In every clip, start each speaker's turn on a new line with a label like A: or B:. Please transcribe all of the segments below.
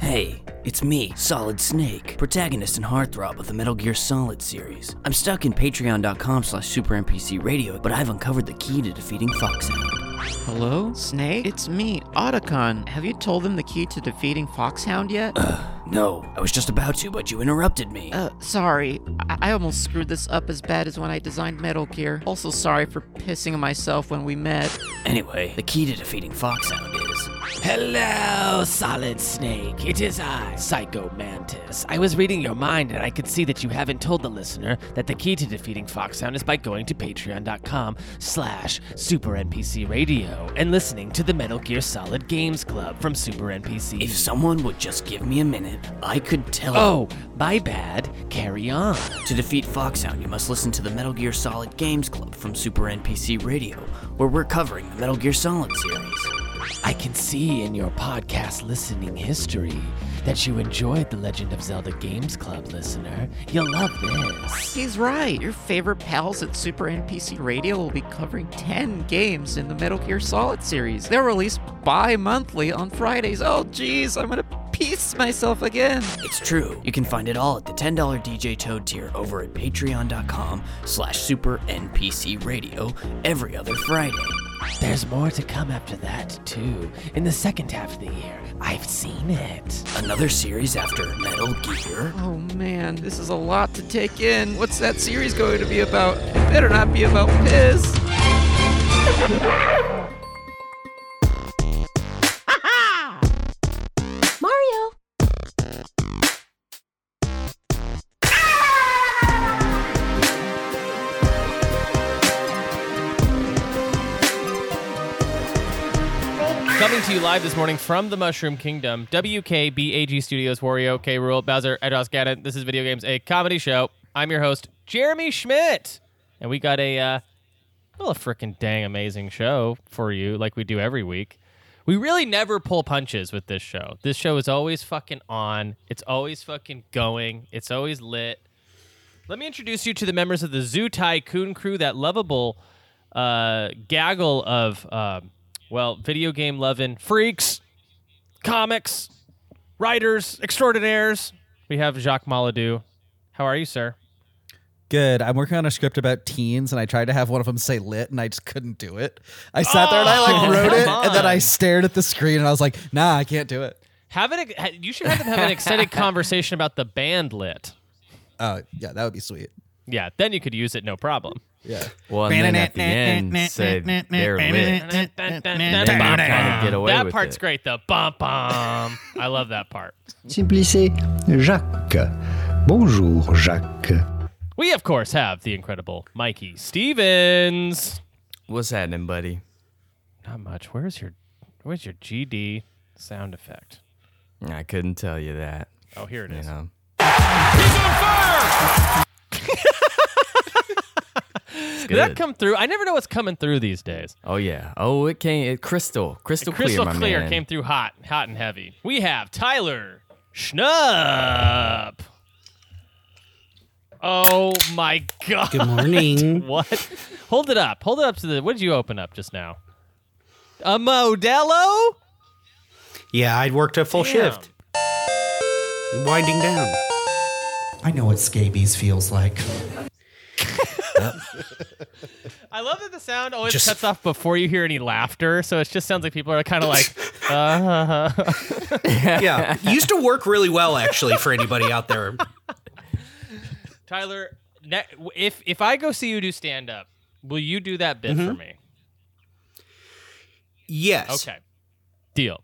A: Hey, it's me, Solid Snake, protagonist and heartthrob of the Metal Gear Solid series. I'm stuck in patreon.com slash supernpcradio, but I've uncovered the key to defeating Foxhound.
B: Hello? Snake? It's me, Otacon. Have you told them the key to defeating Foxhound yet?
A: No, I was just about to, but you interrupted me.
B: Uh, sorry. I-, I almost screwed this up as bad as when I designed Metal Gear. Also, sorry for pissing myself when we met.
A: Anyway, the key to defeating Foxhound is...
C: Hello, Solid Snake. It is I, Psycho Mantis. I was reading your mind and I could see that you haven't told the listener that the key to defeating Foxhound is by going to patreon.com slash Super NPC Radio and listening to the Metal Gear Solid Games Club from Super NPC.
A: If someone would just give me a minute, I could tell
C: oh, my bad. Carry on.
A: To defeat Foxhound, you must listen to the Metal Gear Solid Games Club from Super NPC Radio, where we're covering the Metal Gear Solid series.
C: I can see in your podcast listening history that you enjoyed the Legend of Zelda Games Club, listener. You'll love this.
B: He's right. Your favorite pals at Super NPC Radio will be covering 10 games in the Metal Gear Solid series. They're released bi monthly on Fridays. Oh, jeez, I'm gonna piece myself again.
A: It's true. You can find it all at the $10 DJ Toad tier over at patreon.com slash super NPC radio every other Friday.
C: There's more to come after that, too. In the second half of the year, I've seen it.
A: Another series after Metal Gear.
B: Oh, man, this is a lot to take in. What's that series going to be about? It better not be about piss.
D: Mario!
E: Coming to you live this morning from the Mushroom Kingdom, WKBAG Studios, Wario, K. Rule, Bowser, Edros Gadden. This is Video Games, a comedy show. I'm your host, Jeremy Schmidt. And we got a, uh, well, a freaking dang amazing show for you, like we do every week. We really never pull punches with this show. This show is always fucking on, it's always fucking going, it's always lit. Let me introduce you to the members of the Zoo Tycoon crew, that lovable uh, gaggle of, um, well, video game loving freaks, comics, writers, extraordinaires. We have Jacques Maladou. How are you, sir?
F: Good. I'm working on a script about teens, and I tried to have one of them say lit, and I just couldn't do it. I sat there and I like
E: Oh,
F: wrote it,
E: come
F: and then I
E: on.
F: stared at the screen, and I was like, "Nah, I can't do it."
E: Have an, ex- you should have them have an extended conversation about the band lit.
F: Oh, yeah, that would be sweet.
E: Yeah, then you could use it no problem.
F: Yeah,
G: Well, and then at the end, say they're lit. And then you kind of get away
E: that
G: with
E: part's
G: it.
E: great though. Bum bum. I love that part.
H: Simply say Jacques. Bonjour, Jacques.
E: We of course have the incredible Mikey Stevens.
G: What's happening, buddy?
E: Not much. Where's your where's your GD sound effect?
G: I couldn't tell you that.
E: Oh, here it
G: You
E: is.
G: know. He's on fire!
E: Did that come through? I never know what's coming through these days.
G: Oh yeah. Oh, it came it, crystal, crystal,
E: Crystal
G: clear, my
E: clear
G: man.
E: came through hot, hot and heavy. We have Tyler Schnupp. Oh my god.
I: Good morning.
E: What? Hold it up. Hold it up to the what did you open up just now? A Modelo?
I: yeah, I'd worked a full shift. Winding down. I know what scabies feels like.
E: I love that the sound always
I: Just-
E: cuts off before you hear any laughter, so it just sounds like people are kind of like
I: Yeah, used to work really well actually for anybody out there.
E: Tyler, ne- if if I go see you do stand up, will you do that bit for me?
I: Yes.
E: Okay. Deal.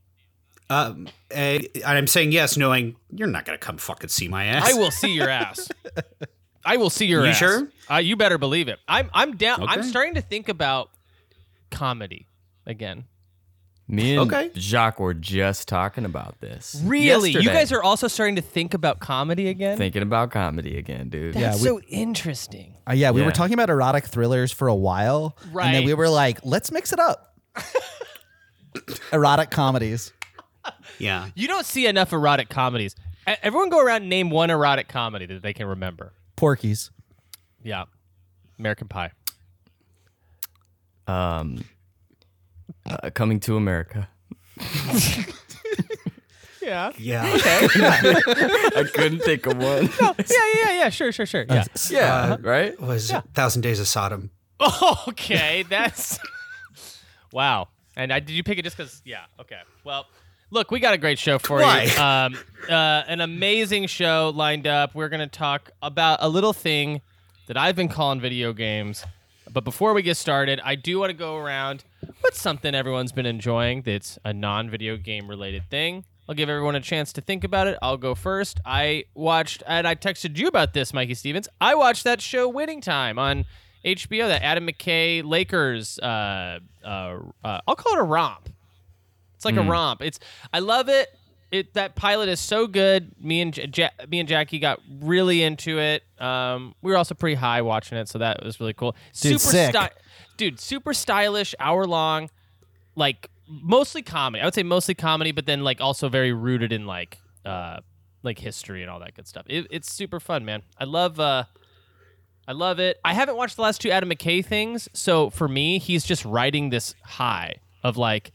I: Um, and I'm saying yes, knowing you're not gonna come fucking see my ass.
E: I will see your ass. I will see your
I: You
E: ass.
I: sure?
E: Uh, you better believe it. I'm I'm down. I'm
I: Okay.
E: starting to think about comedy again.
G: Me and
I: Okay.
G: Jacques were just talking about this.
E: Really? You
G: Yesterday.
E: guys are also starting to think about comedy again?
G: thinking about comedy again, dude.
F: yeah, we,
E: so interesting.
F: uh, yeah. We
G: Yeah.
F: were talking about erotic thrillers for a while, and
E: Right.
F: then we were like, "Let's mix it up." erotic comedies.
I: Yeah.
E: You don't see enough erotic comedies. E- Everyone go around and name one erotic comedy that they can remember.
F: Porkies.
E: Yeah. American Pie.
G: Um, uh, coming to America.
E: Yeah.
I: Yeah.
G: I couldn't think of one.
E: Oh, yeah, yeah, yeah. Sure, sure, sure. Yeah.
G: yeah,
E: Uh,
G: right?
I: was Thousand Days of Sodom.
E: okay, that's wow. And I, did you pick it just because? Yeah. Okay. Well, look, we got a great show for
I: Why?
E: you. Um, uh, an amazing show lined up. We're gonna talk about a little thing that I've been calling video games. But before we get started, I do want to go around with something everyone's been enjoying that's a non-video game related thing. I'll give everyone a chance to think about it. I'll go first. I watched, and I texted you about this, Mikey Stevens. I watched that show, Winning Time, on HBO. That Adam McKay Lakers. Uh, uh, uh, I'll call it a romp. It's
F: Hmm.
E: like a romp. It's I love it. It that pilot is so good. Me and J- Ja- me and Jackie got really into it. Um, we were also pretty high watching it, so that was really cool.
F: Dude, sick.
E: dude, super stylish, hour long, like mostly comedy. I would say mostly comedy, but then like also very rooted in like uh like history and all that good stuff. It, it's super fun, man. I love uh I love it. I haven't watched the last two Adam McKay things, so for me, he's just riding this high of like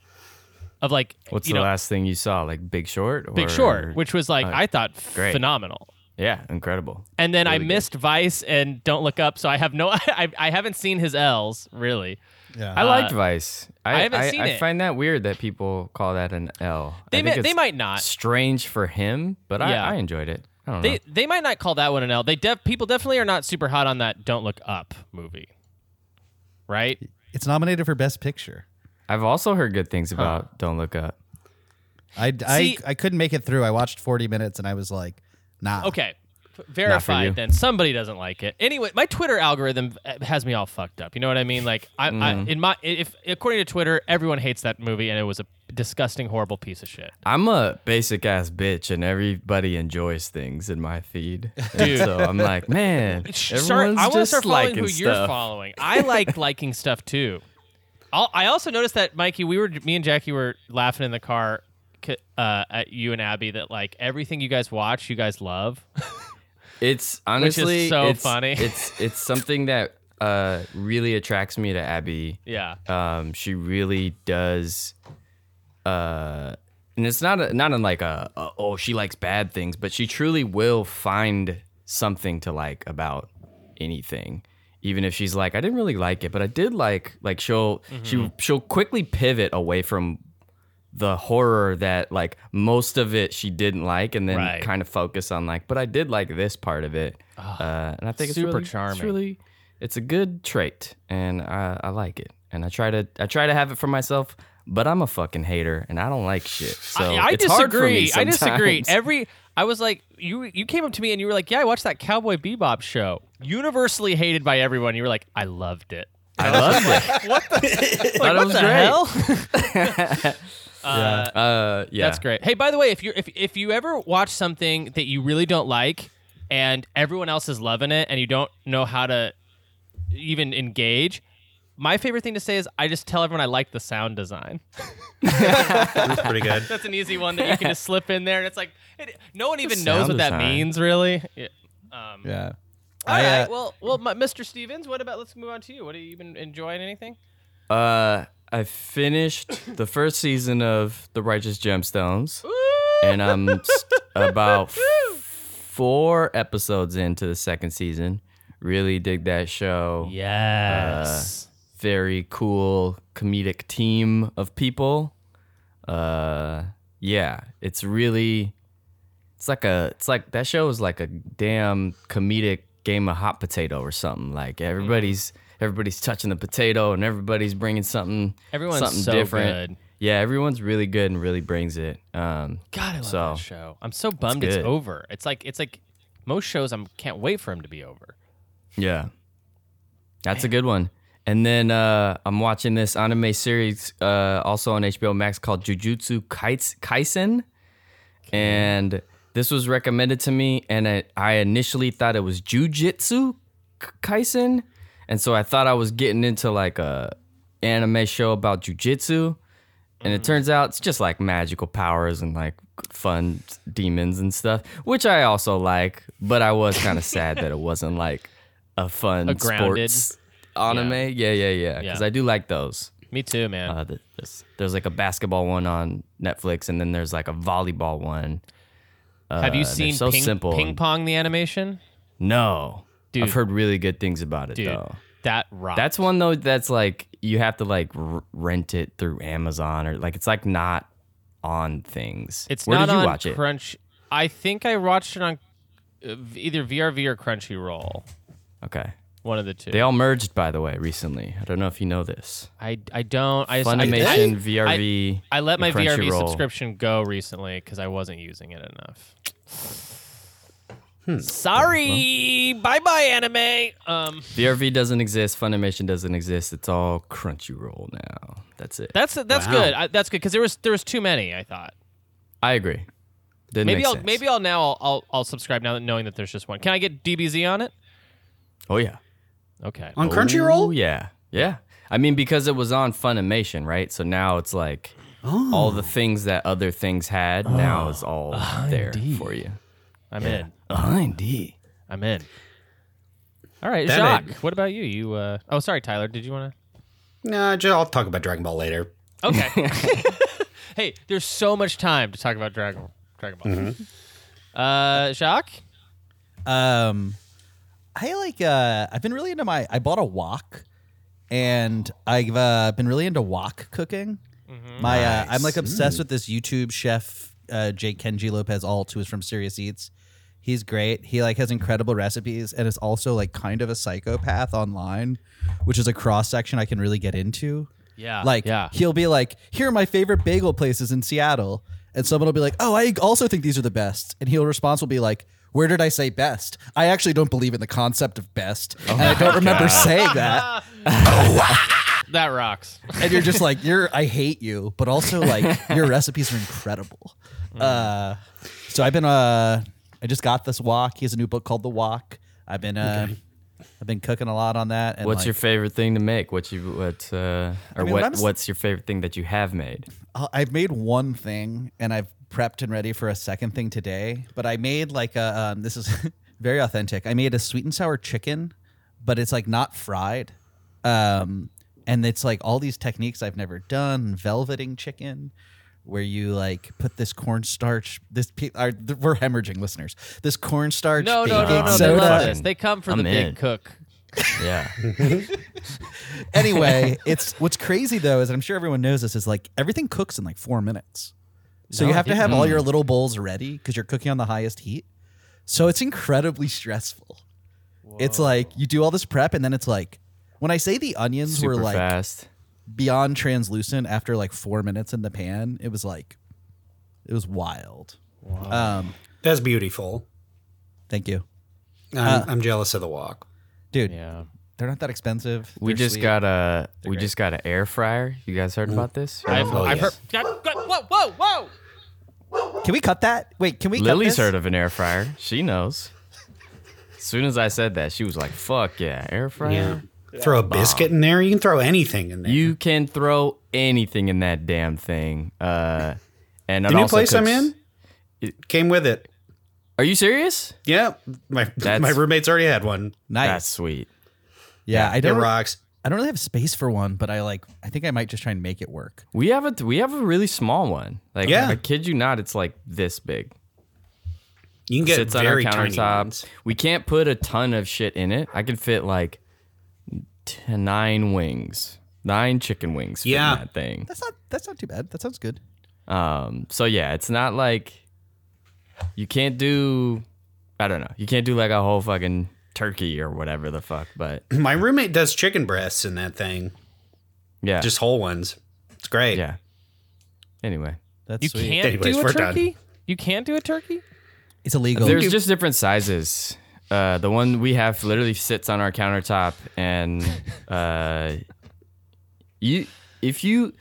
E: of like
G: What's
E: you
G: the
E: know,
G: last thing you saw? Like Big Short? Or...
E: Big Short, which was like
G: Oh,
E: I thought
G: great.
E: phenomenal.
G: yeah, incredible.
E: And then I
G: Really good.
E: missed Vice and Don't Look Up, so I have no I, I haven't seen his L's really.
G: I liked Vice.
E: Uh, I haven't seen
G: I
E: it.
G: find that weird that people call that an L. I
E: They
G: think
E: may,
G: it's
E: they might not.
G: strange for him, but
E: Yeah.
G: I, I enjoyed it. I don't know.
E: They they might not call that one an L. They def, people definitely are not super hot on that Don't Look Up movie. Right?
F: It's nominated for Best Picture.
G: I've also heard good things about Don't Look Up.
F: I, I,
E: See-
F: I couldn't make it through. I watched 40 minutes and I was like, nah.
E: Okay. F- Verified
G: you.
E: then. Somebody doesn't like it. Anyway, my Twitter algorithm uh, has me all fucked up. You know what I mean? Like I, I
G: Mm.
E: in my if according to Twitter, everyone hates that movie and it was a disgusting horrible piece of shit.
G: I'm a basic ass bitch, and everybody enjoys things in my feed. And so I'm like, man,
E: Start-
G: everyone's
E: I want to
G: just
E: start following
G: liking
E: who
G: stuff.
E: you're following. I like liking stuff too. I'll, I also noticed that Mikey, we were me and Jackie were laughing in the car c- uh, at you and Abby that like everything you guys watch, you guys love.
G: It's honestly
E: so
G: it's-
E: funny.
G: It's it's something that uh, really attracts me to Abby.
E: Yeah,
G: um, she really does uh and it's not a, not in like a, a oh she likes bad things but she truly will find something to like about anything even if she's like i didn't really like it but i did like like she'll
E: Mm-hmm.
G: she she'll quickly pivot away from the horror that like most of it she didn't like and then
E: Right.
G: kind of focus on like but i did like this part of it uh, and i think
E: super
G: it's really,
E: charming.
G: it's really it's a good trait and I, I like it and i try to i try to have it for myself but i'm a fucking hater and i don't like shit so
E: I, I
G: it's hard for me
E: disagree. I disagree.
G: sometimes.
E: Every I was like, you you came up to me and you were like, yeah, I watched that Cowboy Bebop show, universally hated by everyone. You were like, I loved it.
G: i love it
E: What the, like,
G: Thought it
E: what
G: was
E: the
G: great.
E: hell? Uh,
G: uh yeah
E: That's great. Hey, by the way, if you if if you ever watch something that you really don't like and everyone else is loving it and you don't know how to even engage, my favorite thing to say is I just tell everyone I like the sound design.
I: That's pretty good.
E: That's an easy one that you can just slip in there and it's like it, no one even
G: The
E: knows
G: sound Uh,
E: what that
G: design.
E: means really. Yeah. Um,
F: Yeah.
E: all right.
F: I, uh,
E: well, well, my, Mr. Stevens, what about? Let's move on to you. What have you been enjoying? Anything?
G: uh i finished the first season of the righteous gemstones and i'm s- about f- four episodes into the second season really dig that show Uh,
E: Yes.
G: very cool comedic team of people. Uh, yeah, it's really, it's like a, it's like that show is like a damn comedic game of hot potato or something. Like everybody's,
E: Mm-hmm.
G: everybody's touching the potato and everybody's bringing something,
E: Everyone's
G: something
E: so
G: different.
E: good.
G: Yeah, everyone's really good and really brings it. Um,
E: God, I love
G: So,
E: that show. I'm so bummed it's,
G: good.
E: over. It's like it's like most shows. I can't wait for him to be over.
G: Yeah. That's a good one. And then uh, I'm watching this anime series uh, also on HBO Max called Jujutsu Kais- Kaisen. And this was recommended to me, and I, I initially thought it was Jujutsu K- Kaisen. And so I thought I was getting into like a anime show about jujitsu. And it turns out it's just like magical powers and like fun demons and stuff, which I also like. But I was kind of sad that it wasn't like a fun
E: A grounded-
G: sports anime. Yeah, yeah, yeah. Because
E: Yeah.
G: I do like those.
E: Me too, man.
G: Uh, th- there's, there's like a basketball one on Netflix, and then there's like a volleyball one. Uh,
E: Have you
G: they're
E: seen
G: so
E: ping,
G: simple?
E: ping pong the animation?
G: No,
E: Dude.
G: I've heard really good things about it
E: Dude,
G: though.
E: that rocked.
G: That's one though. That's like you have to like r- rent it through Amazon or like it's like not on things.
E: It's
G: Where
E: not
G: did you
E: on
G: watch it?
E: Crunch. I think I watched it on uh, v- either VRV or Crunchyroll.
G: Okay,
E: One of the two.
G: they all merged by the way recently. I don't know if you know this.
E: I, I don't. I just, I-
G: Funimation,
E: I-
G: VRV.
E: I let
G: and
E: my VRV
G: Crunchyroll.
E: subscription go recently because I wasn't using it enough.
G: Hmm.
E: Sorry. bye bye, anime. Um,
G: VRV doesn't exist. Funimation doesn't exist. It's all Crunchyroll now. That's it.
E: that's that's good. I, that's good because there was there was too many. I thought
G: I agree. Didn't
E: maybe
G: make
E: I'll
G: sense.
E: maybe I'll now I'll, I'll I'll subscribe now that knowing that there's just one. Can I get DBZ on it?
G: Oh yeah.
E: Okay.
I: On Crunchyroll?
G: Oh yeah. Yeah. I mean because it was on Funimation, right? So now it's like all
F: Oh.
G: the things that other things had now is all
F: Ah,
G: there for you.
E: I'm in.
G: Indeed.
E: I'm in. All right,
I: That
E: Jacques. What about you? You uh oh, sorry, Tyler. Did you want
I: Nah, ju- I'll talk about Dragon Ball later.
E: to? Okay. hey, there's so much time to talk about Dragon Dragon Ball. Uh, Jacques.
F: Um, I like. Uh, I've been really into my. I bought a wok, and I've uh, been really into wok cooking. My uh, I'm like obsessed with this YouTube chef, uh, Jake Kenji Lopez Alt, who is from Serious Eats. He's great. He like has incredible recipes, and is also like kind of a psychopath online, which is a cross section I can really get into.
E: Yeah.
F: Like
E: yeah.
F: he'll be like, "Here are my favorite bagel places in Seattle," and someone will be like, "Oh, I also think these are the best," and he'll response will be like, "Where did I say best? I actually don't believe in the concept of best, and I don't remember saying that."
E: that rocks.
F: And you're just like, "You're I hate you," but also like your recipes are incredible. Uh, so I've been uh, I just got this wok. He has a new book called The Wok. I've been uh, I've been cooking a lot on that. And
G: What's your
F: like,
G: favorite thing to make? What you what uh or
F: I mean,
G: what
F: what I'm s-
G: what's your favorite thing that you have made?
F: Uh, I've made one thing and I've prepped and ready for a second thing today, but I made like a, um, this is very authentic. I made a sweet and sour chicken, but it's like not fried. Um, and it's like all these techniques I've never done velveting chicken, where you like put this cornstarch, this, pe- our, th- we're hemorrhaging listeners, this cornstarch,
E: No, no, no,
F: baking
E: no. They
F: soda.
E: love this. They come for
G: I'm
E: the
G: in.
E: big cook.
G: Yeah.
F: anyway, it's what's crazy though is and I'm sure everyone knows this is like everything cooks in like four minutes, so you have to have all
G: Mm.
F: your little bowls ready because you're cooking on the highest heat. So it's incredibly stressful. It's like you do all this prep and then it's like when I say the onions
G: Super
F: were like
G: fast.
F: beyond translucent after like four minutes in the pan, it was like it was wild. Um,
I: That's beautiful.
F: thank you,
I: I'm,
G: Uh.
I: I'm jealous of the walk.
F: dude.
E: Yeah.
F: They're not that expensive.
G: We
F: They're
G: just
F: sweet.
G: got a we just got an air fryer. You guys heard about this?
E: I've,
I: Oh,
E: I've
I: yes.
E: heard. God, God, whoa, whoa, whoa.
F: Can we cut that? Wait, can we? cut
G: Lily's
F: this?
G: heard of an air fryer. She knows. As soon as I said that, she was like, "Fuck yeah, air fryer."
I: Yeah. Throw a biscuit in there. You can throw anything in there.
G: You can throw anything in that damn thing. Uh, and
I: the new place I'm in came with it.
G: Are you serious?
I: Yeah, my
G: That's-
I: my roommate's already had one.
F: Nice.
G: That's sweet.
F: yeah, I
I: It
F: don't.
I: rocks.
F: I don't really have space for one, but I like. I think I might just try and make it work.
G: We have a we have a really small one. Like
I: Yeah.
G: I kid you not, it's like this big.
I: You can get
G: Sits on our
I: very tiny
G: countertops.
I: ones.
G: We can't put a ton of shit in it. I could fit like t- nine wings, nine chicken wings. fit in
I: Yeah.
G: that thing.
F: That's not. That's not too bad. That sounds good.
G: Um, so yeah, it's not like you can't do I don't know. You can't do like a whole fucking turkey or whatever the fuck, but
I: My roommate does chicken breasts in that thing,
G: yeah.
I: just whole ones. It's great.
G: yeah. Anyway,
F: That's
E: You
F: sweet.
E: can't
I: Anyways,
E: do a
I: we're done.
E: turkey. You can't do a turkey.
F: It's illegal.
G: there's just different sizes. Uh, the one we have literally sits on our countertop and uh, you if you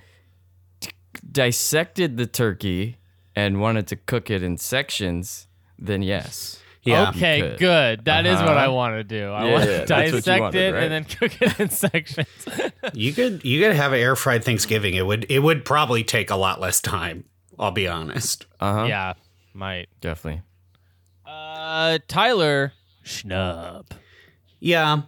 G: t- dissected the turkey and wanted to cook it in sections, then yes.
I: Yeah.
G: You
E: Okay,
G: could.
E: good. That is what
G: Uh-huh.
E: I want to do. I
G: Yeah,
E: want
G: yeah,
E: to
G: that's what you
E: dissect
G: wanted,
E: it
G: right?
E: and then cook it in sections.
I: You could you could have an air fried Thanksgiving. It would it would probably take a lot less time. I'll be honest.
G: Uh-huh.
E: yeah, might.
G: Definitely.
E: Oh, Uh, Tyler Schnub.
I: Yeah.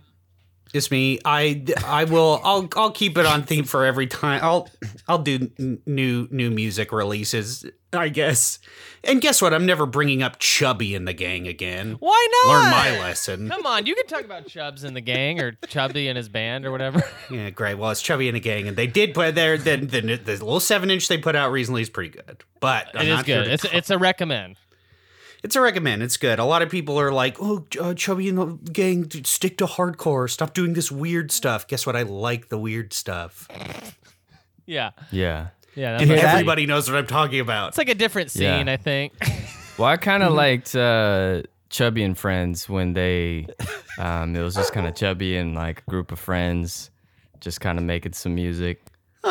I: It's me. I I will. I'll I'll keep it on theme for every time. I'll I'll do n- new new music releases. I guess. And guess what? I'm never bringing up Chubby in the gang again.
E: Why not?
I: Learn my lesson.
E: Come on, you can talk about Chubbs and the gang or Chubby and his band or whatever.
I: Yeah, great. Well, it's Chubby in the gang, and they did put their the the, the little seven inch they put out recently is pretty good. But I'm
E: it is
I: not here
E: good.
I: to
E: It's
I: talk-
E: it's a recommend.
I: it's a recommend. It's good. A lot of people are like, "Oh, uh, Chubby and the gang, dude, stick to hardcore. Stop doing this weird stuff." Guess what? I like the weird stuff.
E: Yeah,
G: Yeah.
E: yeah. That's
I: And
E: what I-
I: everybody knows what I'm talking about.
E: it's like a different
G: Yeah.
E: scene, I think.
G: Well, I kind of liked uh, Chubby and Friends when they, um, it was just kind of Chubby and like a group of friends just kind of making some music.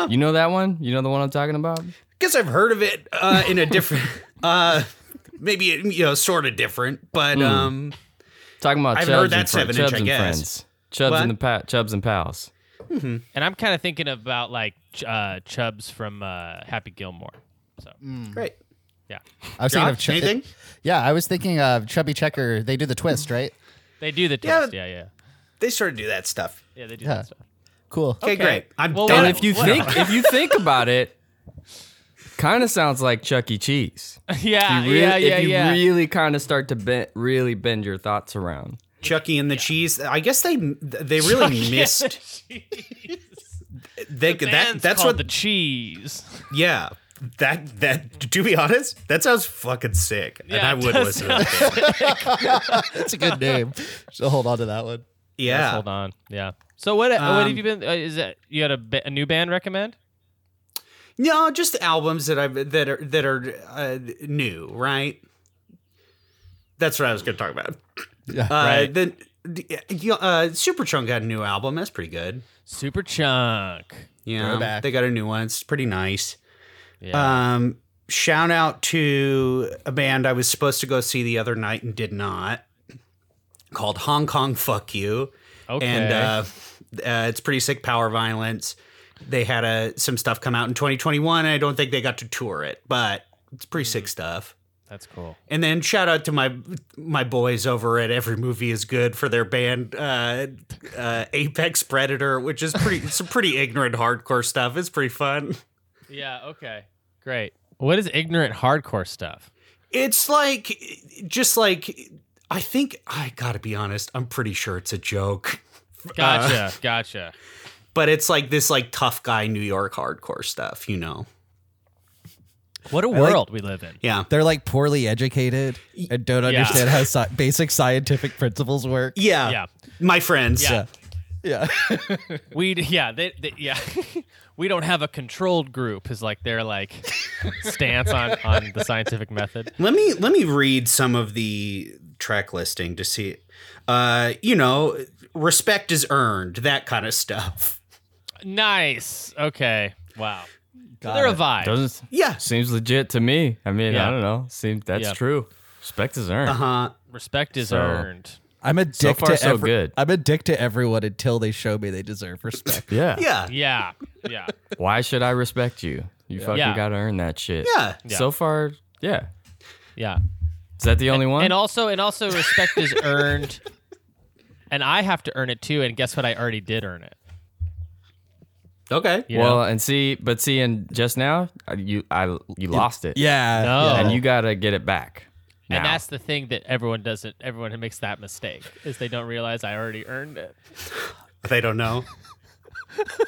G: You know that one? You know the one I'm talking about?
I: guess I've heard of it uh, in a different, uh, maybe you know, sort of different, but
E: Hmm.
I: um,
G: Talking about
I: I've
G: Chubbs
I: heard that
G: and Fri-
I: seven
G: Chubbs
I: inch, I
G: and
I: guess.
G: Friends. Chubbs
I: What?
G: and the pa- Chubbs and Pals.
E: and I'm kind of thinking about like Ch- uh, Chubbs from uh, Happy Gilmore. So
I: great.
E: yeah,
D: I was thinking of
I: Josh,
D: Chub-
I: anything?
D: Yeah, I was thinking of Chubby Checker. They do the twist, right?
E: they do the
I: Yeah.
E: twist. Yeah, yeah,
I: They sort of do that stuff.
E: yeah. They do
D: Yeah.
E: that stuff.
D: Cool.
I: Okay,
E: Okay.
I: great. I'm
E: Well,
I: done.
E: what-
G: And if you
E: what-
G: think if you think about it, kind of sounds like Chuck E. Cheese.
E: Yeah,
G: You really-
E: yeah, yeah,
G: If you
E: yeah.
G: really kind of start to bend, really bend your thoughts around.
I: Chucky and the Cheese, I guess they they really
E: E
I: missed. They, that
E: Man's
I: that's
E: called
I: what
E: the cheese.
I: yeah. That that to be honest, that sounds fucking sick, and
E: Yeah,
I: I
E: it
I: would
E: does
I: listen to that. band.
D: That's a good name. So hold on to that one.
I: Yeah,
E: Hold on. Yeah. So what? what have
I: Ah. Um,
E: you been? Uh, is that you had a, ba- a new band recommend?
I: no, just albums that I've that are that are uh, new, right? That's what I was going to talk about.
D: Yeah,
I: uh, Then the, you- uh, Superchunk got a new album. That's pretty good.
E: Super Chunk.
I: Yeah,
D: Throwback.
I: they got a new one. It's pretty nice.
E: Yeah.
I: Um, shout out to a band I was supposed to go see the other night and did not, called Hong Kong Fuck You,
E: okay.
I: and uh, uh, it's pretty sick. Power Violence. They had uh, some stuff come out in 2021. I don't think they got to tour it, but it's pretty sick
E: Mm.
I: stuff.
E: That's cool.
I: And then shout out to my my boys over at Every Movie Is Good for their band uh, uh, Apex Predator, which is pretty some pretty ignorant hardcore stuff. It's pretty fun.
E: Yeah. Okay. Great. What is ignorant hardcore stuff?
I: It's like just like I think I gotta be honest. I'm pretty sure it's a joke,
E: Gotcha. gotcha.
I: but it's like this like tough guy New York hardcore stuff. You know?
E: What a world we live in.
I: Yeah.
F: They're like poorly educated and don't
E: Yeah.
F: understand how sci- basic scientific principles work.
G: Uh,
I: Yeah.
E: Yeah.
I: My friends.
E: Yeah.
F: Yeah.
E: We yeah they, they yeah we don't have a controlled group is like their like stance on on the scientific method.
I: Let me let me read some of the track listing to see. Uh, you know, respect is earned. That kind of stuff.
E: Nice. Okay. Wow. So they're a vibe.
G: Doesn't
I: Yeah.
G: seems legit to me. I mean,
E: Yeah.
G: I don't know. Seems that's
E: Yeah.
G: true. Respect is earned.
I: Uh,
E: Respect is
G: So-
E: earned.
F: I'm a dick
G: far,
F: to
G: so
F: every-
G: good.
F: I'm a dick to everyone until they show me they deserve respect.
G: Yeah.
I: yeah.
E: Yeah. Yeah.
G: Why should I respect you? You fucking
E: Yeah.
G: gotta earn that shit.
I: Yeah.
G: So far, yeah.
E: Yeah.
G: Is that the only one?
E: And also and also respect is earned. And I have to earn it too. And guess what? I already did earn it.
I: Okay.
E: You
G: well,
E: know?
G: and see, but see, and just now uh, you, I, you lost it.
F: Yeah.
E: No.
G: And you gotta get it back. Now.
E: And that's the thing that everyone doesn't. Everyone who makes that mistake is they don't realize I already earned it.
I: They don't know.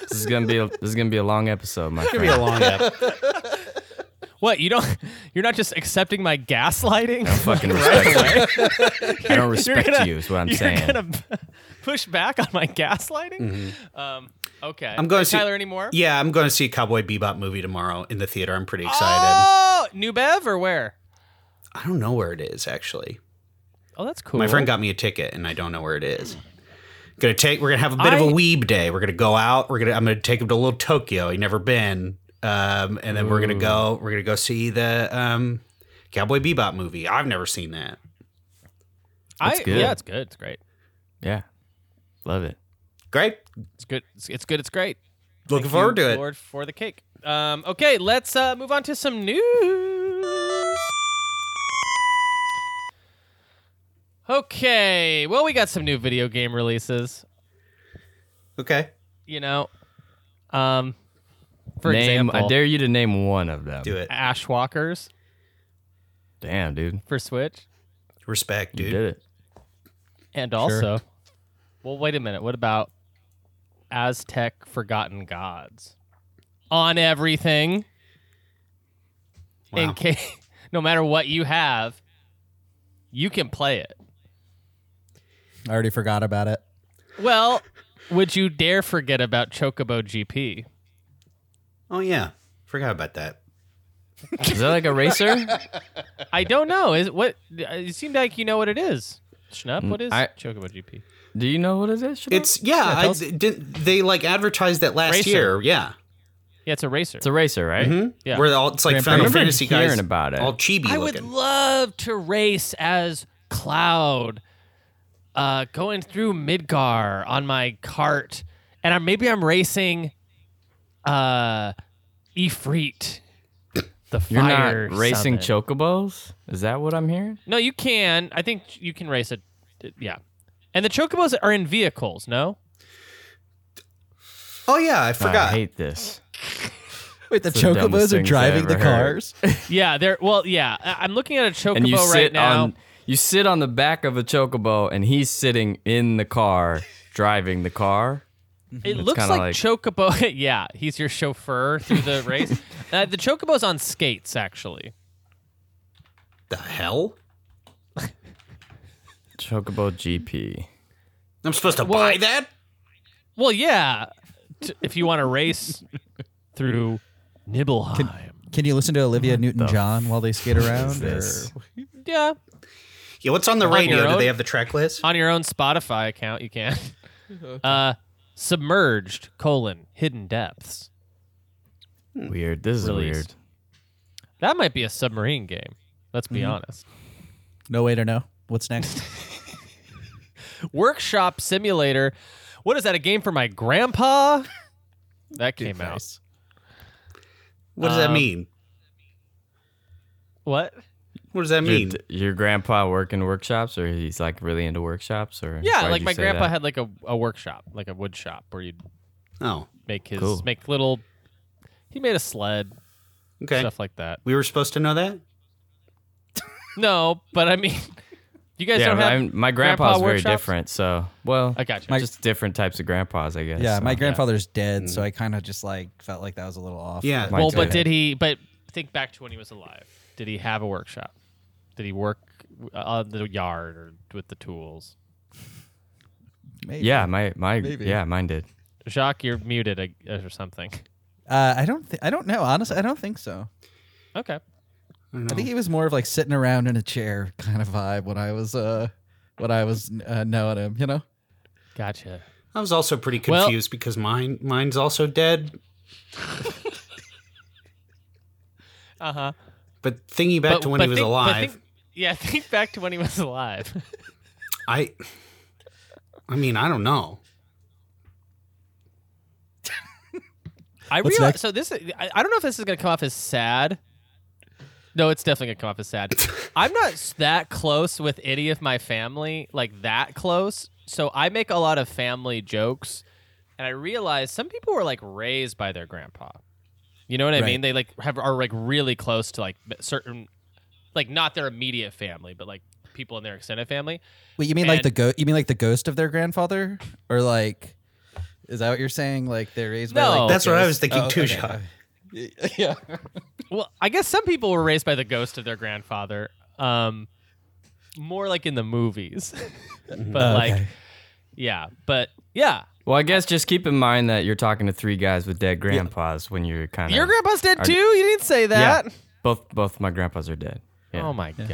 G: this is gonna be a, this is gonna be a long episode, my friend.
I: long app.
E: What you don't? You're not just accepting my gaslighting.
G: I don't fucking respect you. I don't respect
E: gonna-
G: you. Is what I'm
E: you're
G: saying.
E: gonna p- push back on my gaslighting. Um, okay.
I: Mm-hmm. I'm going
E: Hey,
I: to see-
E: Tyler anymore.
I: Yeah, I'm going to see Cowboy Bebop movie tomorrow in the theater. I'm pretty excited.
E: Oh, New Bev or where?
I: I don't know where it is actually.
E: Oh, that's cool.
I: My friend got me a ticket, and I don't know where it is. Gonna take. We're gonna have a bit of
E: I-
I: a weeb day. We're gonna go out. We're gonna. I'm gonna take him to Little Tokyo. He never been. Um, and then we're gonna go. We're gonna go see the um, Cowboy Bebop movie. I've never seen that.
E: I,
G: good.
E: Yeah, it's good. It's great.
G: yeah, love it.
I: Great.
E: It's good. It's, it's good. It's great.
I: Looking forward to it.
E: Lord for the cake. Um, okay, let's uh, move on to some news. Okay, well, we got some new video game releases.
I: Okay.
E: You know, um, for
G: name,
E: example,
G: I dare you to name one of
E: Um,
G: them.
I: Do it.
E: Ashwalkers
G: Damn, dude.
E: for Switch,
I: Respect,
G: You
I: dude.
G: did it.
E: and also, well, wait a minute. What about Aztec Forgotten Gods on everything? In
I: Wow.
E: case, no matter what you have, you can play it.
F: I already forgot about it.
E: Well, would you dare forget about Chocobo GP?
I: Oh yeah. Forgot about that.
G: Is that like a racer?
E: I don't know. Is what? uh, It seemed like you know what it is. Schnupp, what is
G: Mm, I-
E: Chocobo GP?
G: Do you know what it is? Shadab?
I: It's yeah. I, didn't they like advertised that last
E: Racer.
I: year? Yeah.
E: Yeah, it's a racer.
G: It's a racer, right?
E: Yeah.
I: Where all it's like
G: I
I: Final
G: remember
I: Fantasy
G: hearing
I: guys
G: about it.
I: all chibi
E: I would
I: looking.
E: love to race as Cloud, uh, going through Midgar on my cart, and I'm, maybe I'm racing, uh, Ifrit. The
G: You're
E: fire
G: not racing
E: summit.
G: chocobos? Is that what I'm hearing?
E: No, you can. I think you can race it. Yeah, and the chocobos are in vehicles. No,
I: oh yeah, I
G: I
I: forgot.
G: hate this.
F: Wait, the
G: It's the dumbest
F: chocobos are
G: things I
F: driving the
G: ever heard.
F: cars.
E: yeah, they're well. Yeah, I- I'm looking at a chocobo
G: and you sit
E: right now.
G: on you sit on the back of a chocobo and he's sitting in the car driving the car
E: It looks
G: kinda
E: like, Chocobo. yeah, he's your chauffeur through the race. Uh, the Chocobo's on skates, actually.
I: the hell?
G: chocobo gp
I: I'm supposed to buy that?
E: Well, yeah, t- if you want to race through Nibelheim.
F: Can you listen to Olivia Newton-John while they skate around? or-
E: yeah,
I: Yeah. What's on the
E: On your
I: radio? Do
E: own?
I: they have the track list?
E: on your own Spotify account, you can. Uh, submerged colon hidden depths. Hmm.
G: weird this is
E: Released.
G: weird
E: That might be a submarine game. Let's be honest.
F: No way to know. What's next?
E: Workshop Simulator. What is that? A game for my grandpa? That came out.
I: What does
E: Uh,
I: that mean?
E: What?
I: What does that
G: Did
I: mean?
G: your grandpa work in workshops or he's like really into workshops or
E: Yeah,
G: why'd
E: like
G: you
E: my
G: say
E: grandpa
G: that?
E: had like a, a workshop, like a wood shop where you'd
I: Oh,
E: make his
G: Cool.
E: make little he made a sled,
I: okay.
E: stuff like that.
I: We were supposed to know that.
E: No, but I mean you guys
G: yeah,
E: don't
G: but
E: have
G: I'm- my grandpa's
E: grandpa
G: very
E: workshops?
G: different. So, well,
E: I got you.
G: just different types of grandpas, I guess.
F: yeah,
G: so.
F: my grandfather's dead, so I kind of just like felt like that was a little off.
I: Mm. Yeah.
G: Mine's
E: well, but
G: different.
E: did he but think back to when he was alive. Did he have a workshop? Did he work uh, on the yard or with the tools?
F: Maybe.
G: yeah, my my
F: Maybe.
G: yeah, mine did.
E: Jacques, you're muted uh, or something.
F: Uh, I don't. Th- I don't know. Honestly, I don't think so.
E: Okay.
F: I think he was more of like sitting around in a chair kind of vibe when I was uh when I was uh, knowing him. You know.
E: Gotcha.
I: I was also pretty
E: Well-
I: confused because mine mine's also dead.
E: Uh-huh.
I: But thinking back to when he was
E: think- but
I: alive,
E: think- yeah, think back to when he was alive.
I: I I mean, I don't know.
E: I
F: What's
E: realize.
F: next?
E: So this, I, I don't know if this is going to come off as sad. No, it's definitely going to come off as sad. I'm not s- that close with any of my family, like that close. So I make a lot of family jokes, and I realize some people were like raised by their grandpa. You know what I
F: Right.
E: mean? They like have are like really close to like certain, like not their immediate family, but like people in their extended family.
F: Wait, you mean like
E: And-
F: the go? You mean like the ghost of their grandfather, or like? Is that what you're saying? Like they're raised by
E: No.
F: like
I: That's what I was
F: ghosts?
I: thinking
F: Oh,
I: too,
F: okay.
I: Jacques.
F: yeah.
E: Well, I guess some people were raised by the ghost of their grandfather. Um, more like in the movies, but
F: Oh,
E: like, yeah, but yeah,
G: Well, I guess just keep in mind that you're talking to three guys with dead grandpas when you're kind of
E: your grandpa's dead
G: Are-
E: too. You didn't say that.
G: Yeah, both both my grandpas are dead. Yeah,
E: Oh my gosh.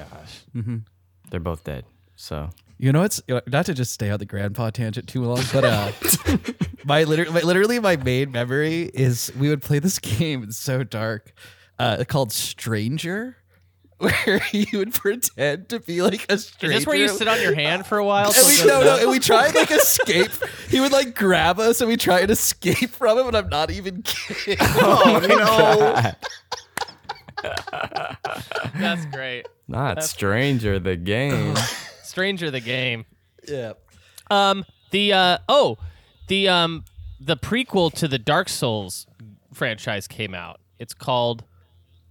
G: they're both dead. So
F: You know, it's not to just stay on the grandpa tangent too long, but uh, my, liter- my literally my main memory is we would play this game. It's so dark, uh, called Stranger, where you would pretend to be like a
E: Is
F: stranger.
E: this where you sit on your hand for a while?
F: And we,
E: Something
F: no,
E: like
F: no,
E: that?
F: and we tried like escape. He would like grab us, and we try and escape from him. And I'm not even kidding.
I: Oh no.
E: That's great.
G: not stranger the game.
E: Stranger the game.
F: yeah.
E: Um, the uh, oh, the um,
C: the prequel to the Dark Souls franchise came out. It's called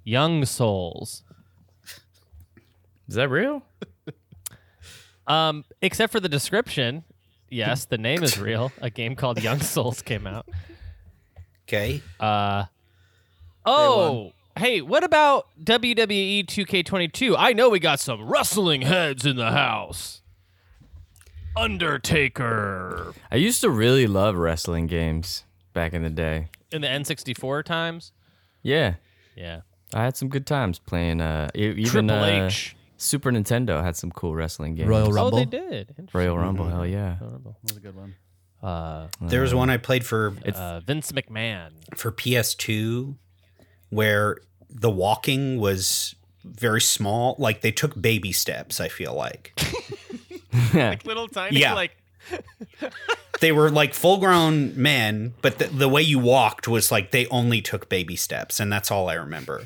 C: Young Souls.
G: Is that real?
C: Um, except for the description, yes, the name is real. A game called Young Souls came out.
I: Okay.
C: Uh, oh, hey, what about E WWE 2K22? I know we got some wrestling heads in the house. Undertaker
G: I used to really love wrestling games back in the day.
C: in the N64 times.
G: Yeah,
C: Yeah,
G: I had some good times playing. Uh, e- even
C: Triple
G: uh,
C: H.
G: Super Nintendo had some cool wrestling games.
F: Royal Rumble.
C: Oh, they did. Interesting.
G: Royal Rumble,
C: Mm-hmm.
G: hell yeah.
C: Uh-huh. Uh,
I: There
E: Mm.
I: was one I played for
C: uh, Vince McMahon.
I: for PS2 where the walking was very small. Like they took baby steps, I feel like.
C: Little tiny,
I: Yeah. like- they were like full grown men, but the, the way you walked was like they only took baby steps. And that's all I remember.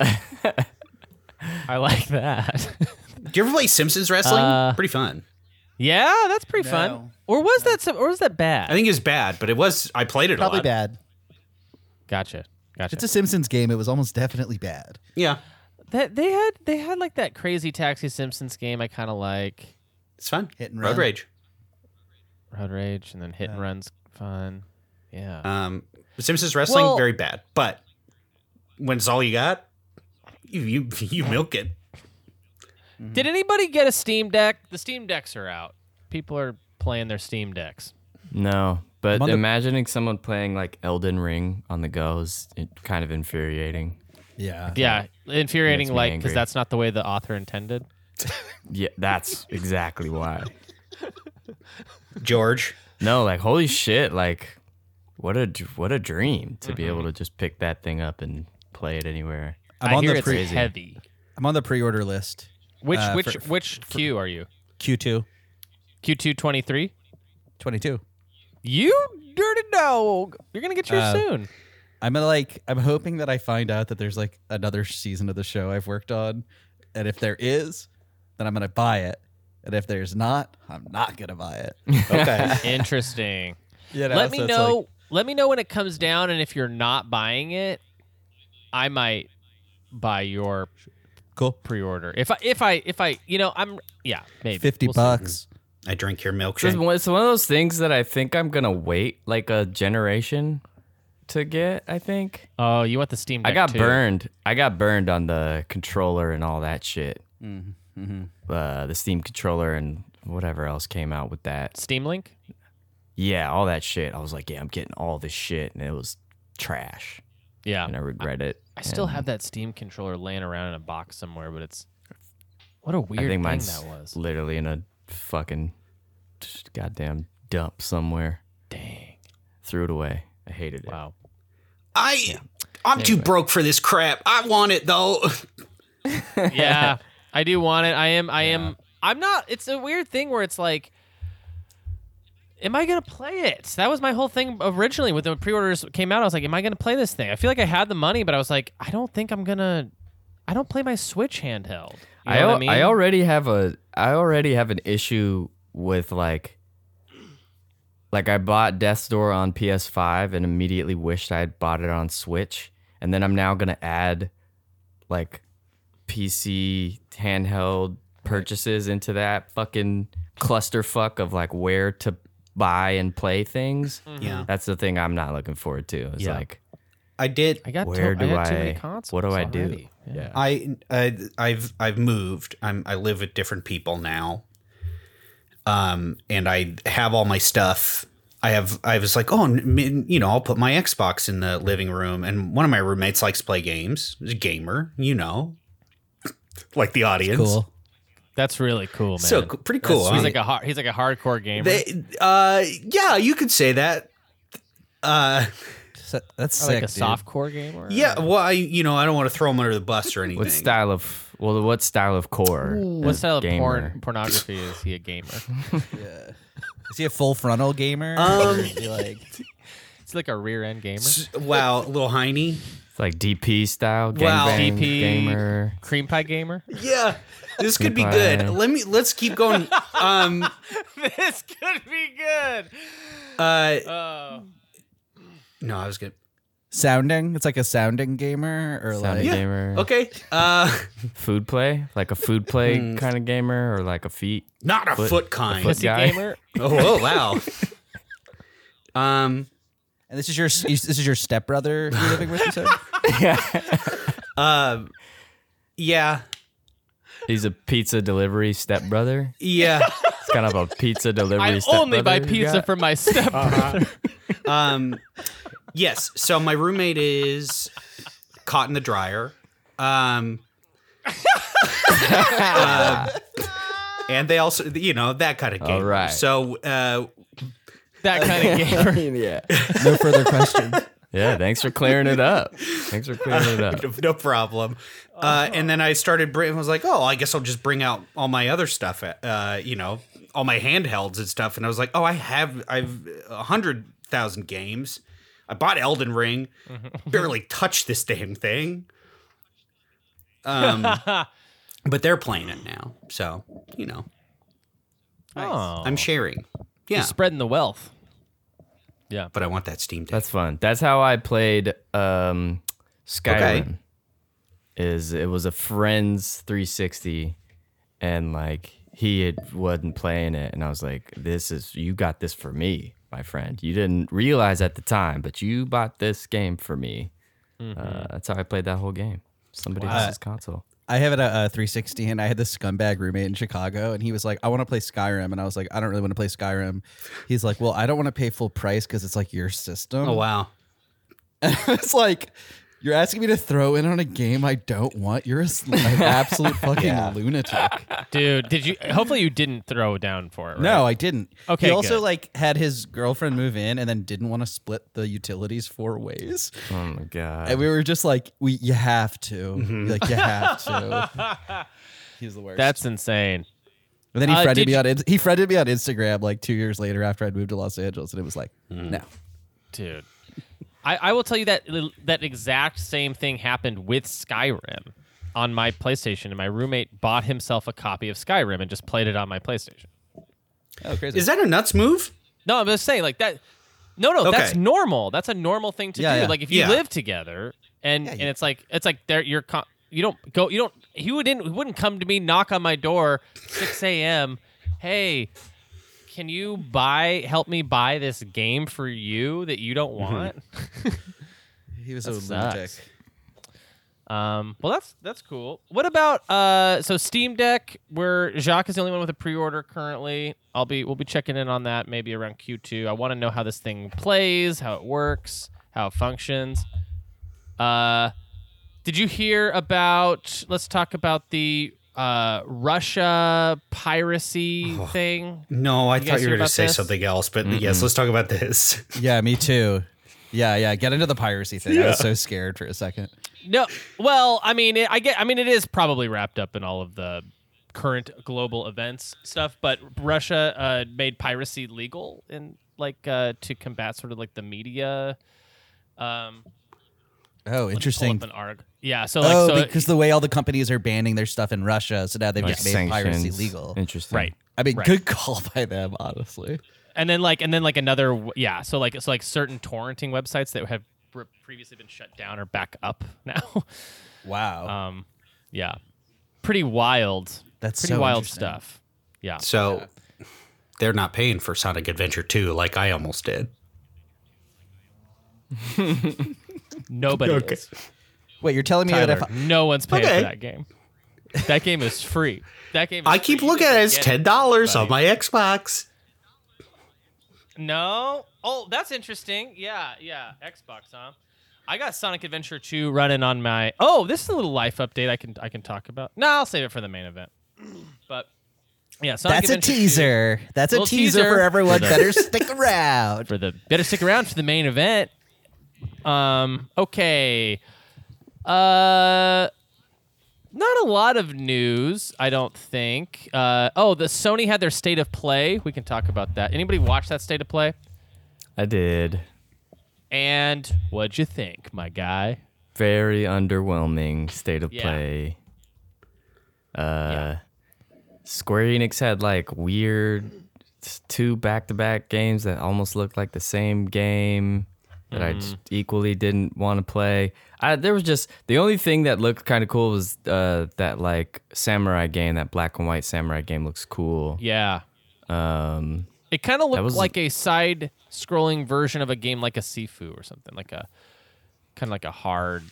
C: I like that.
I: Do you ever play Simpsons wrestling?
J: Uh,
I: Pretty fun.
C: yeah, that's pretty fun. Or was that some, or was that bad?
I: I think it was bad, but it was, I played it
J: Probably
I: a lot.
J: bad.
C: gotcha. Gotcha.
J: It's a Simpsons game. It was almost definitely bad.
I: Yeah.
C: that they had they had like that crazy Taxi Simpsons game I kind of like.
I: It's fun.
J: Hit and
I: Road
J: run.
I: Rage.
C: Road Rage and then Hit and Run's fun. Yeah.
I: Um, Simpsons wrestling,
C: Well-
I: very bad. But when it's all you got, you, you, you milk it.
F: Mm-hmm.
C: Did anybody get a Steam Deck? The Steam Decks are out. People are playing their Steam Decks.
G: No, but
F: Among the-
G: imagining someone playing like Elden Ring on the go is it, kind of infuriating.
F: Yeah.
C: Yeah, infuriating,
G: Makes me
C: like because
G: angry.
C: that's not the way the author intended.
G: Yeah, that's exactly why.
I: George.
G: No, like holy shit, like what a dr- what a dream to be
C: Mm-hmm.
G: able to just pick that thing up and play it anywhere.
F: I'm
C: I
F: on
C: hear
F: the
C: it's
F: pre-
C: heavy.
F: I'm on the pre-order list.
C: Which
F: Uh,
C: which
F: for-
C: which queue are you?
F: Q2,
C: Q two twenty three.
F: 22.
C: You dirty dog! You're gonna get yours
F: Uh,
C: soon.
F: I'm uh, like I'm hoping that I find out that there's like another season of the show I've worked on, and if there is, then I'm gonna buy it, and if there's not, I'm not gonna buy it.
I: Okay.
C: Interesting.
F: You know,
C: let me
F: so it's
C: know.
F: like-
C: let me know when it comes down, and if you're not buying it, I might buy your
F: cool.
C: pre-order. If I if I if I you know I'm yeah maybe
F: 50
C: We'll see.
F: bucks.
I: I drink your
G: So It's
I: milkshake.
G: one, it's one of those things that I think I'm gonna wait like a generation to get. I think
C: Oh, you want the Steam?
G: I
C: Deck
G: got
C: too.
G: burned. I got burned on the controller and all that shit.
C: Mm-hmm.
G: Uh, the Steam controller and whatever else came out with that.
C: Steam Link.
G: yeah, all that shit. I was like, yeah, I'm getting all this shit, and it was trash,
C: Yeah,
G: and I regret it.
C: I still
G: and
C: have that Steam controller laying around in a box somewhere, but it's what a weird
G: I think
C: thing
G: mine's
C: that was.
G: literally in a fucking just goddamn dump somewhere.
C: Dang!
G: Threw it away. I hated it.
C: Wow.
I: I, I'm too broke for this crap. I want it though.
C: yeah, I do want it. I am. I am. I'm not. It's a weird thing where it's like, am I gonna play it? That was my whole thing originally when the pre-orders came out. I was like, am I gonna play this thing? I feel like I had the money, but I was like, I don't think I'm gonna. I don't play my Switch handheld. You know
G: I,
C: what I
G: al-
C: mean?
G: I already have a I already have an issue with like like I bought Death's Door on PS5 and immediately wished I had bought it on Switch and then I'm now going to add like PC handheld purchases into that fucking clusterfuck of like where to buy and play things.
C: Mm-hmm.
I: Yeah.
G: That's the thing I'm not looking forward to. It's
C: Yeah.
G: like
I: I did.
C: I got.
G: where
C: to,
G: do
C: I, got too many
G: I-
C: consoles
G: what do I do?
C: already. Yeah.
I: I, I I've I've moved. I'm I live with different people now. Um, and I have all my stuff. I have I was like, oh, m- m- you know, I'll put my Xbox in the living room, and one of my roommates likes to play games. He's a gamer, you know, like the audience.
F: Cool.
C: That's really cool, man.
I: So co- pretty cool.
C: He's
I: huh?
C: like a hard, he's like a hardcore gamer.
I: They, uh, yeah, you could say that. Uh,
F: So- that's
C: Or
F: sick,
C: like a
F: dude.
C: softcore gamer.
I: yeah. Well, I, you know, I don't want to throw him under the bus or anything.
G: what style of well what style of core?
C: What
G: is
C: style of
G: gamer?
C: porn pornography is he a gamer?
F: Is he a full frontal gamer?
I: Um,
F: Or is he like
C: It's like a rear end gamer.
I: S- Wow, little Heiny.
G: It's like DP style,
I: Wow.
G: gangbang,
C: DP.
G: gamer.
C: Cream pie gamer.
I: Yeah, this could be
G: Goodbye.
I: good. Let me let's keep going. Um,
C: this could be good.
I: uh,
C: Oh.
I: No, I was good.
F: Sounding. It's like a sounding gamer or
G: Sound
F: like
I: Yeah,
G: gamer.
I: Okay. Uh,
G: Food play, like a food play kind of gamer, or like a feet.
I: not a
G: Foot-
I: foot, kind.
G: foot-
E: Pussy
G: guy.
E: gamer.
I: Oh, oh, wow. um,
F: And this is your s- this is your stepbrother you're living with. You said?
I: uh, yeah,
G: He's a pizza delivery stepbrother.
I: yeah.
G: It's kind of a pizza delivery.
E: I only
G: stepbrother
E: buy
G: you
E: pizza
G: got.
E: from my stepbrother.
I: Um, yes. So my roommate is caught in the dryer. Um, um, and they also, you know, that kind of game.
G: All right.
I: So, uh,
E: that kind of gamer.
G: yeah.
F: No further question.
G: Yeah. Thanks for clearing it up. Thanks for clearing it up.
I: no- no problem. Uh, and then I started. Bring, I was like, oh, I guess I'll just bring out all my other stuff. Uh, you know, all my handhelds and stuff. And I was like, oh, I have I've a hundred thousand games. I bought Elden Ring. Barely touched this damn thing. Um, but they're playing it now, so you know
E: Oh.
I: I'm sharing. Yeah,
E: Spreading the wealth.
I: but I want that Steam Deck.
G: That's fun. That's how I played um, Skyrim.
I: Okay.
G: Is it was a friend's 360, and like he had, wasn't playing it, and I was like, "This is you got this for me, my friend. You didn't realize at the time, but you bought this game for me. Uh, that's how I played that whole game. Somebody else's console.
F: I have it at uh, 360, and I had this scumbag roommate in Chicago, and he was like, "I want to play Skyrim," and I was like, "I don't really want to play Skyrim." He's like, "Well, I don't want to pay full price because it's like your system."
I: oh wow.
F: it's like you're asking me to throw in on a game I don't want. You're a sl- an absolute fucking lunatic.
E: Dude, did you? Hopefully, you didn't throw down for it. Right?
F: No, I didn't.
E: Okay,
F: He also
E: good.
F: like had his girlfriend move in and then didn't want to split the utilities four ways.
G: Oh my god.
F: And we were just like, we you have to. Like you have to. he was the worst.
E: That's insane.
F: and then he
E: uh,
F: friended
E: did
F: me
E: you-
F: on in- he friended me on Instagram like two years later after I'd moved to Los Angeles and it was like,
E: Hmm.
F: no.
E: dude. I, I will tell you that that exact same thing happened with Skyrim on my PlayStation, and my roommate bought himself a copy of Skyrim and just played it on my PlayStation.
F: Oh crazy.
I: Is that a nuts move?
E: No, I'm just saying like that. No, no, that's
I: Okay.
E: normal. That's a normal thing to
F: Yeah,
E: do.
F: yeah.
E: Like if you
I: Yeah.
E: live together, and and it's like it's like there you're co- you don't go you don't he wouldn't he wouldn't come to me knock on my door 6 a.m. Hey, can you buy help me buy this game for you that you don't want?
F: He was a
E: sucks.
F: lunatic.
E: Um, well, that's that's cool. What about uh, so Steam Deck? Where Jacques is the only one with a pre-order currently. I'll be we'll be checking in on that maybe around Q2. I want to know how this thing plays, how it works, how it functions. Uh, did you hear about? Let's talk about the uh, Russia piracy thing.
I: No, I
E: guys
I: thought you
E: hear
I: were going
E: about
I: to say
E: this?
I: something else, but yes, let's talk about this.
F: Yeah, me too. Yeah, yeah. Get into the piracy thing. I was so scared for a second. Oh,
E: No, well, I mean, it, I get. I mean, it is probably wrapped up in all of the current global events stuff. But Russia uh, made piracy legal in like uh, to combat sort of like the media. Um,
F: Oh,
E: pull
F: interesting.
E: up an arg. Yeah. So like
F: oh,
E: so
F: because the way all the companies are banning their stuff in Russia, so now they've
G: Like
F: just made piracy
G: sanctions.
F: legal.
G: Interesting.
E: right.
F: I mean,
E: Right.
F: good call by them, honestly.
E: and then like and then like another w- yeah so like it's like certain torrenting websites that have pre- previously been shut down are back up now
F: Wow.
E: um yeah pretty wild
F: That's
E: pretty
F: so
E: wild
F: interesting.
E: stuff yeah
I: So they're not paying for Sonic Adventure 2 like I almost did.
E: nobody is.
F: Wait, you're telling me that if
E: Tyler, no one's paying
I: Okay.
E: for that game. That game is free. That game. Is
I: I keep
E: free. You
I: looking
E: can
I: at it as
E: get
I: ten dollars on my Xbox.
E: No. Oh, that's interesting. Yeah, yeah. Xbox, huh? I got Sonic Adventure 2 running on my. Oh, this is a little life update I can I can talk about. No, I'll save it for the main event. But yeah, Sonic
F: that's a
E: Adventure 2
F: teaser. That's a
E: Little
F: teaser,
E: teaser.
F: for everyone.
E: For the-
F: Better stick around.
E: for the better stick around for the main event. Um. Okay. Uh. Not a lot of news, I don't think. Uh, oh, the Sony had their state of play. We can talk about that. Anybody watch that state of play?
G: I did.
E: And what'd you think, my guy?
G: very underwhelming state of
E: Yeah.
G: play. Uh, Square Enix had like weird s- two back to back games that almost looked like the same game. that I just equally didn't want to play. I, there was just the only thing that looked kind of cool was uh, that like samurai game, that black and white samurai game looks cool.
E: Yeah.
G: Um,
E: It kind of looked
G: was-
E: like a side-scrolling version of a game like a Sifu or something, like a kind of like a hard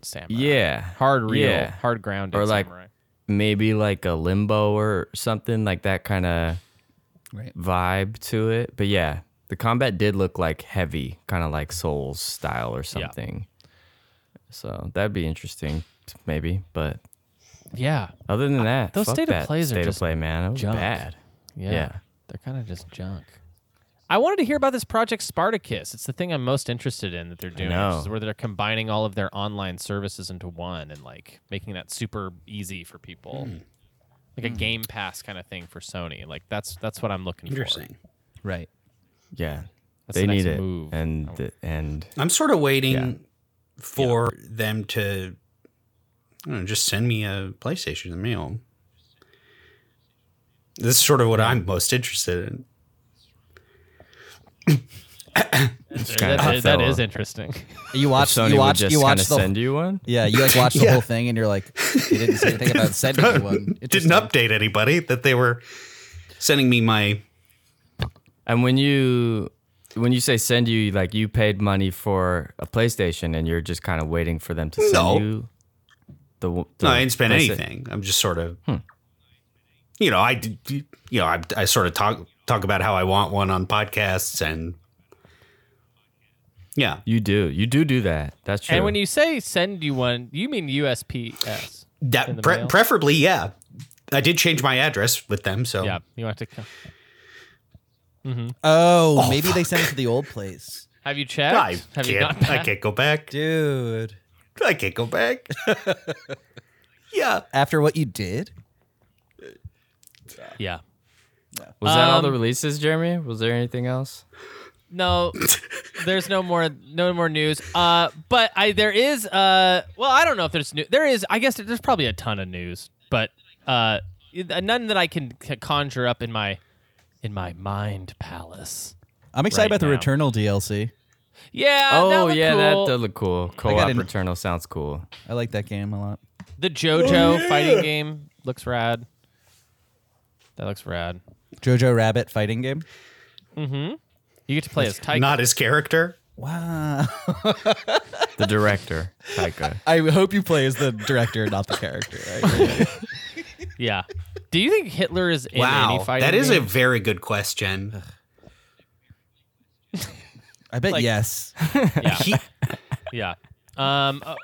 E: samurai.
G: yeah,
E: Hard real,
G: yeah.
E: hard grounded
G: Or like-
E: samurai.
G: maybe like a limbo or something like that kind of vibe to it. But yeah, the combat did look like heavy, kind of like Souls style or something. So that'd be interesting, t- maybe. But
E: Yeah.
G: other than that,
E: those
G: fuck
E: state of
G: that
E: plays are
G: state
E: just
G: of play, man. That was
E: junk.
G: bad.
E: Yeah.
G: Yeah.
E: They're kind of just junk. I wanted to hear about this project Spartacus. It's the thing I'm most interested in that they're doing,
G: know.
E: which is where they're combining all of their online services into one and like making that super easy for people. Like
G: Hmm.
E: a Game Pass kind of thing for Sony. Like that's that's what I'm looking for.
I: Interesting.
F: Right.
G: Yeah.
E: That's
G: they
E: the next
G: need it.
E: move. Oh.
G: And th- and
I: I'm sort of waiting for them to I don't know, just send me a PlayStation in the mail. This is sort of what I'm most interested in.
G: kinda
E: That-
G: tough,
E: that
G: though.
E: is interesting.
F: You watch.
G: Sony
F: You
G: would
F: watch.
G: just
F: You
G: kind
F: watch
G: of
F: the.
G: send you one.
F: Yeah, you like watch the whole thing, and you're like, they didn't say anything about sending me one.
I: Didn't
F: Interesting.
I: update anybody that they were sending me my
G: And when you when you say send you, like you paid money for a PlayStation, and you're just kind of waiting for them to send
I: No.
G: you. The, w- the
I: No, I didn't spend
G: PlayStation-
I: anything. I'm just sort of,
E: Hmm.
I: you know, I, did- you know, I, I sort of talk talk about how I want one on podcasts and, yeah,
G: You do. You do do that. That's true.
E: And when you say send you one, you mean USPS. In the
I: that pre-
E: mail?
I: preferably, yeah. I did change my address with them, so
E: yeah, you have to. co-
F: Oh, maybe they sent it to the old place,
E: Have you checked?
I: I
E: have you not?
I: can't. I can't go back.
F: dude.
I: I can't go back. yeah,
F: After what you did,
E: Yeah.
G: was that all the
E: Um,
G: releases, Jeremy? Was there anything else?
E: No, there's no more no more news. Uh, but I there is uh well I don't know if there's new there is I guess there's probably a ton of news, but uh it- none that I can c- conjure up in my in my mind palace.
F: I'm excited
E: Right
F: about the
E: now.
F: Returnal DLC.
E: Yeah. that
G: oh
E: looked
G: yeah,
E: cool.
G: that does look cool. Co-op
F: got an-
G: Returnal sounds cool.
F: I like that game a lot.
E: the JoJo fighting game looks rad. That looks rad.
F: Jojo Rabbit fighting game.
E: You get to play as Taika.
I: not his character.
F: Wow.
G: The director, Taika.
F: I hope you play as the director, not the character. Right?
E: yeah. Do you think Hitler is in
I: Wow,
E: any fighting?
I: that is a
E: game?
I: very good question.
F: I bet
E: Like-
F: yes.
I: He,
E: yeah. Um, uh,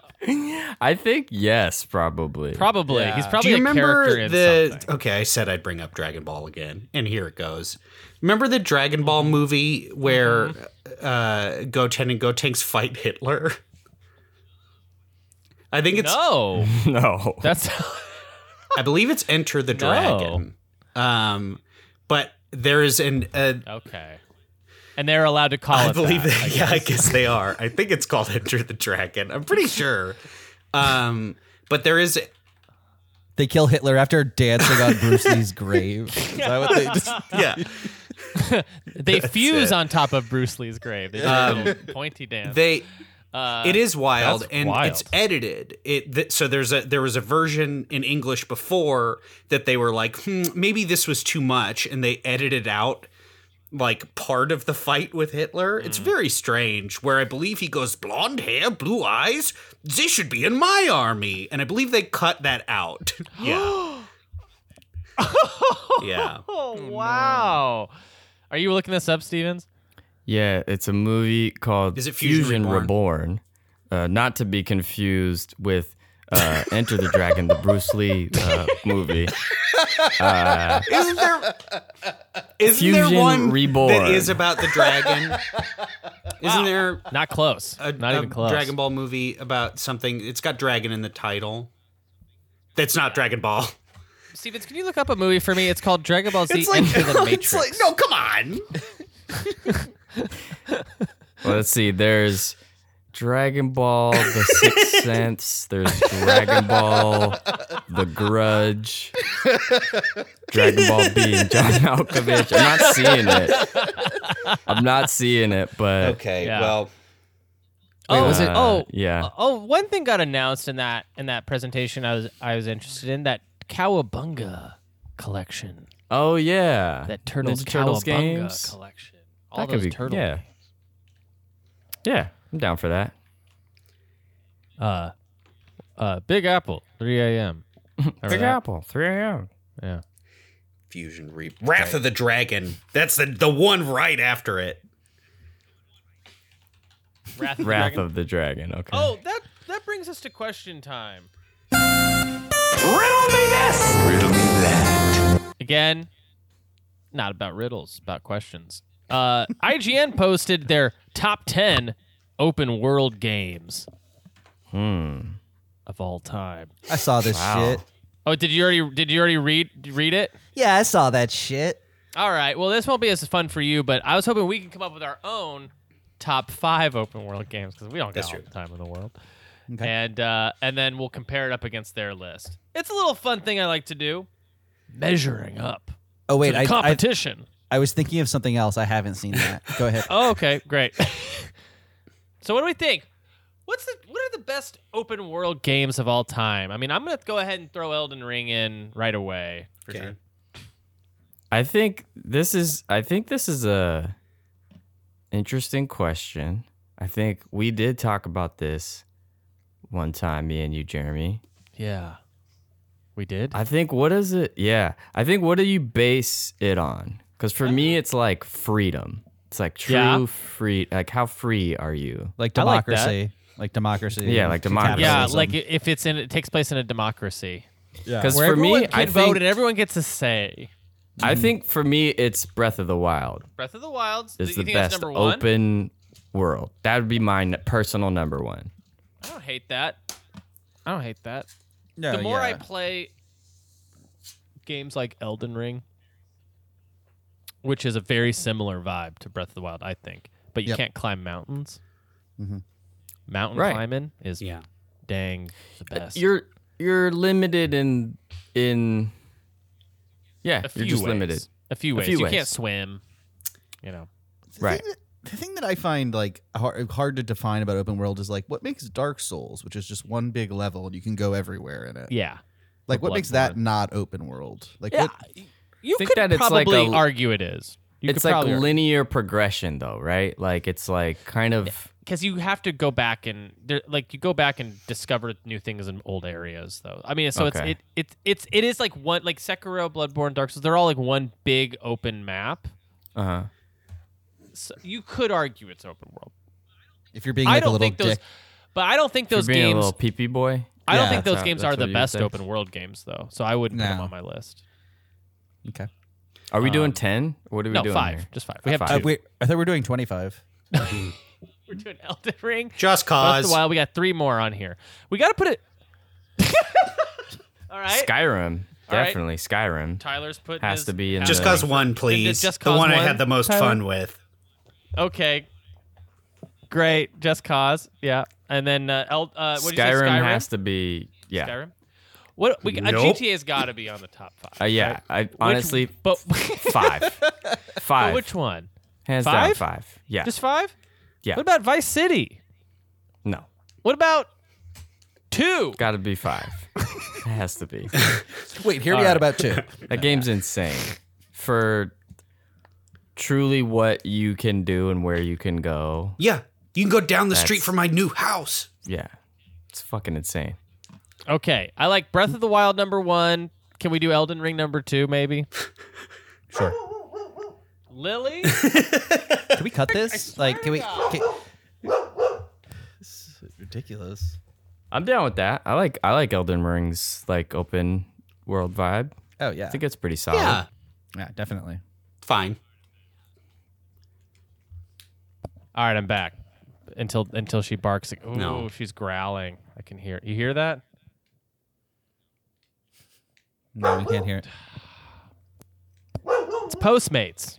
G: I think yes, probably.
E: probably. He's
I: Do
E: probably
I: you
E: a character
I: remember
E: in
I: the?
E: something.
I: Okay, I said I'd bring up Dragon Ball again, and here it goes. Remember the Dragon Ball movie where
E: Mm-hmm.
I: uh, Goten and Gotenks fight Hitler? I think it's.
E: No,
G: no.
E: that's
I: I believe it's Enter the Dragon. Um, but there is an. Uh,
E: okay. And they're allowed to call
I: I
E: it
I: believe
E: that.
I: that. yeah, I guess they are. I think it's called Enter the Dragon. I'm pretty sure. Um, but there is
F: They kill Hitler after dancing on Bruce Lee's grave. Is that what they just-
I: yeah.
E: They fuse
I: it. Um,
E: on top of Bruce Lee's grave. They do a little pointy dance.
I: They
E: uh,
I: it is wild
E: that's
I: and
E: wild.
I: it's edited it th- so there's a there was a version in english before that they were like hmm, maybe this was too much and they edited out like part of the fight with hitler it's
E: Mm.
I: very strange where i believe he goes blonde hair blue eyes this should be in my army and i believe they cut that out yeah yeah
E: Oh wow! Are you looking this up, Stevens?
G: Yeah, it's a movie called
I: Is it Fusion
G: Reborn? uh, not to be confused with uh, Enter the Dragon, the Bruce Lee uh, movie.
I: isn't there isn't
G: Fusion
I: there one
G: Reborn.
I: that is about the dragon isn't there
E: Not close.
I: a,
E: Not
I: a
E: even close.
I: Dragon Ball movie about something. It's got dragon in the title. That's not Dragon Ball.
E: Stevens, can you look up a movie for me? It's called Dragon Ball Z Enter the Matrix.
I: no, come on.
G: Well, let's see. There's Dragon Ball, The Sixth Sense. There's Dragon Ball, The Grudge, Dragon Ball being John Malkovich. I'm not seeing it. I'm not seeing it, but
I: Okay,
E: Yeah.
I: well,
E: oh, was it?
G: uh,
E: Oh,
G: yeah.
E: Uh, Oh, one thing got announced in that in that presentation. I was I was interested in that Cowabunga collection.
G: Oh yeah,
E: That Turtles
G: Ninja Turtles
E: Cowabunga
G: games?
E: collection.
G: That
E: All
G: could
E: those
G: be-
E: turtle
G: yeah. yeah, I'm down for that.
E: Uh, uh, Big Apple, 3 a.m. Remember
G: Big
E: that?
G: Apple, 3 a.m.
E: Yeah.
I: Fusion Re Wrath of the Dragon. That's the the one right after it.
E: Wrath of the
G: Wrath
E: Dragon.
G: of the Dragon. Okay.
E: Oh, that that brings us to question time. Riddle me this. Riddle me that. Again, not about riddles, about questions. Uh, IGN posted their top ten open world games
G: Hmm.
E: of all time.
F: I saw this
G: Wow.
F: shit.
E: Oh, did you already did you already read read it?
F: Yeah, I saw that shit.
E: All right. Well, this won't be as fun for you, but I was hoping we can come up with our own top five open world games because we don't got all the time in the world. And uh, and then we'll compare it up against their list. It's a little fun thing I like to do, measuring up
F: Oh
E: to
F: wait,
E: the
F: I, I
E: competition.
F: I was thinking of something else. I haven't seen that. Go ahead.
E: Oh, okay, great. so what do we think? What's the what are the best open world games of all time? I mean, I'm gonna go ahead and throw Elden Ring in right away. For
I: Okay.
E: sure.
G: I think this is I think this is a interesting question. I think we did talk about this one time, me and you, Jeremy.
E: Yeah, we did.
G: I think what is it? Yeah. I think what do you base it on? Because for me it's like freedom. It's like true
E: Yeah.
G: free like how free are you?
F: Like
E: I like
F: democracy. like, democracy.
G: Yeah, like democracy.
E: yeah,
F: capitalism.
E: like i- if it's in, it takes place in a democracy.
G: Because
E: where
G: Uh, for
E: everyone
G: me,
E: can
G: I
E: vote and
G: think,
E: everyone gets a say.
G: I think for me it's Breath of the Wild
E: Breath of the Wild
G: is the best open world. That would be my n- personal number one.
E: I don't hate that. I don't hate that.
F: No,
G: Oh,
E: the more I
F: yeah.
E: play games like Elden Ring, which is a very similar vibe to Breath of the Wild, I think, but you
F: Yep.
E: can't climb mountains.
F: Mhm.
E: Mountain
G: Mm-hmm. Right. Uh,
E: climbing is
I: Yeah.
E: dang the best.
G: You're you're limited in in yeah,
E: a few
G: you're just
E: ways.
G: limited.
E: A few
G: A
E: ways.
G: few
E: you
G: ways.
E: can't swim. You know.
F: The
G: Right.
F: Thing that, the thing that I find like hard, hard to define about open world is like what makes Dark Souls, which is just one big level and you can go everywhere in it.
E: Yeah.
F: like what makes that not open world? Like what,
E: You
G: Think
E: could
G: that it's like
E: probably
G: a-
E: argue it is. You
G: it's
E: could
G: like
E: probably argue-
G: linear progression though, right? Like it's like kind of
E: because you have to go back and there, like you go back and discover new things in old areas though i mean so
G: Okay.
E: it's it, it it's it is like one like sekiro bloodborne dark souls they're all like one big open map
G: uh-huh.
E: so you could argue it's open world
F: if you're being
E: i
F: like a
E: don't
F: little
E: think
F: dick?
E: those but i don't think
G: You're
E: those
G: being a
E: games
G: little peepee boy.
E: i don't
F: Yeah,
E: think
G: that's
E: those
G: how-
E: games
G: that's
E: are the
G: what you
E: best
G: think.
E: open world games though so i wouldn't put them
F: No.
E: on my list
F: okay.
G: Are we doing
E: Um,
G: 10? What are we
E: no
G: doing
E: five
G: here?
E: just five we have
G: Five.
F: Uh,
E: two
F: wait, I thought we were doing 25.
E: we're doing elden ring
I: Just
E: Breath
F: Uh,
I: Cause.
E: of the Wild. We got three more on here. We got to put it. All right.
G: Skyrim.
E: All right.
G: Definitely Skyrim.
E: Tyler's put
G: Has
E: his-
G: to be in
I: Just
G: the-
I: Cause 1, please.
E: Just
I: the
E: Cause
I: one I
E: 1,
I: had the most fun with.
E: Okay. Great. Just Cause. Yeah. And then uh, El, uh, what did you say?
G: Skyrim
E: Skyrim
G: has to be yeah.
E: Skyrim. What we a
I: Nope.
E: GTA's got to be on the top five.
G: Uh, yeah,
E: right?
G: I
E: Which-
G: honestly
E: but
G: five.
E: but
G: Five.
E: which one?
G: Hands down
E: Five?
G: five. Yeah.
E: Just five?
G: Yeah.
E: What about Vice City?
G: no.
E: What about two?
G: Got to be five. it has to be.
F: Wait, hear me out about two.
G: That game's insane for truly what you can do and where you can go.
I: Yeah. You can go down the street
G: That's-
I: from my new house.
G: Yeah, it's fucking insane.
E: Okay. I like Breath of the Wild number one. Can we do Elden Ring number two? Maybe.
F: Sure.
E: Lily.
F: Can we cut this? Like, can we? Can... This is ridiculous.
G: I'm down with that. I like I like Elden Ring's like open world vibe.
F: Oh yeah,
G: I think it's pretty solid.
I: Yeah.
F: yeah, definitely.
I: Fine.
E: All right. I'm back. Until until she barks. Like, Ooh,
I: No.
E: she's growling. I can hear. You hear that?
F: No, we can't hear it.
E: It's Postmates.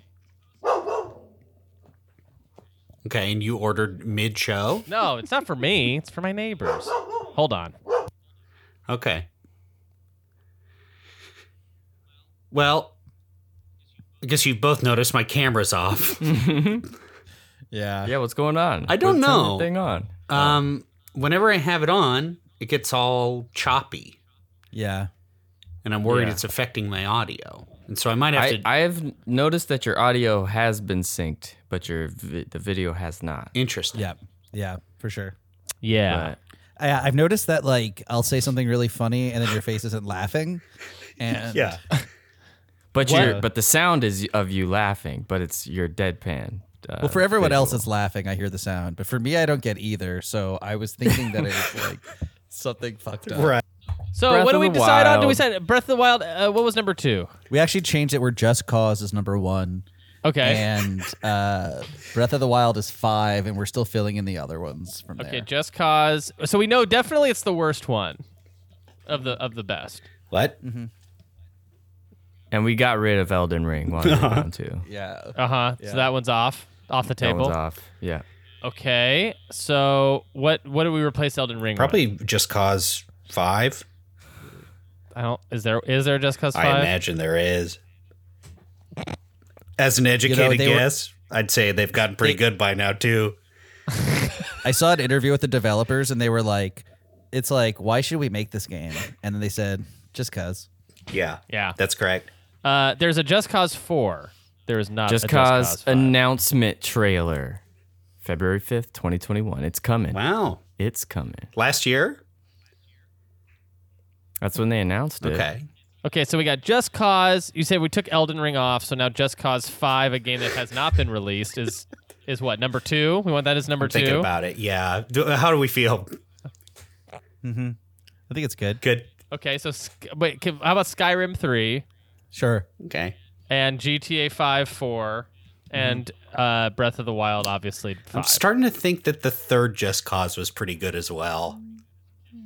I: Okay, and you ordered mid show?
E: No, it's not for me. It's for my neighbors. Hold on.
I: Okay. Well, I guess you both noticed my camera's off.
F: Yeah.
G: Yeah, what's going on?
I: I don't
G: We're turning the
I: know.
G: Thing on.
I: Um, whenever I have it on, it gets all choppy,
F: Yeah.
I: and I'm worried
G: Yeah.
I: it's affecting my audio. And so I might have
G: I,
I: to.
G: I have noticed that your audio has been synced, but your vi- the video has not.
I: Interesting.
F: Yeah. Yeah. For sure.
E: Yeah.
F: I, I've noticed that like I'll say something really funny and then your face isn't laughing. And yeah.
G: But your but the sound is of you laughing, but it's your deadpan. Uh,
F: Well, for everyone else, it's laughing. I hear the sound, but for me, I don't get either. So I was thinking that it was like something fucked up.
D: Right.
E: So
G: Breath
E: what do
G: of
E: we
G: the
E: decide on? Do we
G: Wild.
E: decide Breath of the Wild? Uh, what was number two?
F: We actually changed it where Just Cause is number one,
E: Okay.
F: and uh, Breath of the Wild is five, and we're still filling in the other ones from
E: okay.
F: there.
E: Just Cause. So we know definitely it's the worst one of the of the best.
I: What?
G: and we got rid of Elden Ring while we were down too.
F: Yeah.
E: Uh huh. So that one's off off the
G: That
E: table.
G: one's off. Yeah.
E: Okay. So what what do we replace Elden Ring? with?
D: Probably just cause five.
E: I don't. Is there is there Just Cause
D: I
E: five?
D: imagine there is. As an educated
F: they were-
D: guess, I'd say they've gotten pretty good by now too.
F: I saw an interview with the developers, and they were like, "It's like, why should we make this game?" And then they said, "Just cause."
D: Yeah.
E: Yeah.
D: That's correct.
E: Uh, there's a Just Cause four. There is not
G: Just
E: a
G: Cause,
E: Just Uh, Cause. five.
G: announcement trailer, February fifth, twenty twenty one. It's coming.
I: Wow.
G: It's coming.
D: Last year?
G: That's when they announced it.
D: Okay.
E: Okay, so we got Just Cause. You said we took Elden Ring off, so now Just Cause Five, a game that has not been released, is is what number two? We want that as number
D: I'm
E: two.
D: thinking about it. Yeah. Do- How do we feel?
F: I think it's good.
D: Good.
E: okay, so Sk- wait, can, how about Skyrim Three
F: Sure.
I: Okay.
E: and GTA Five Four and uh, Breath of the Wild? Obviously,
I: I'm
E: 5
I: starting to think that the third Just Cause was pretty good as well.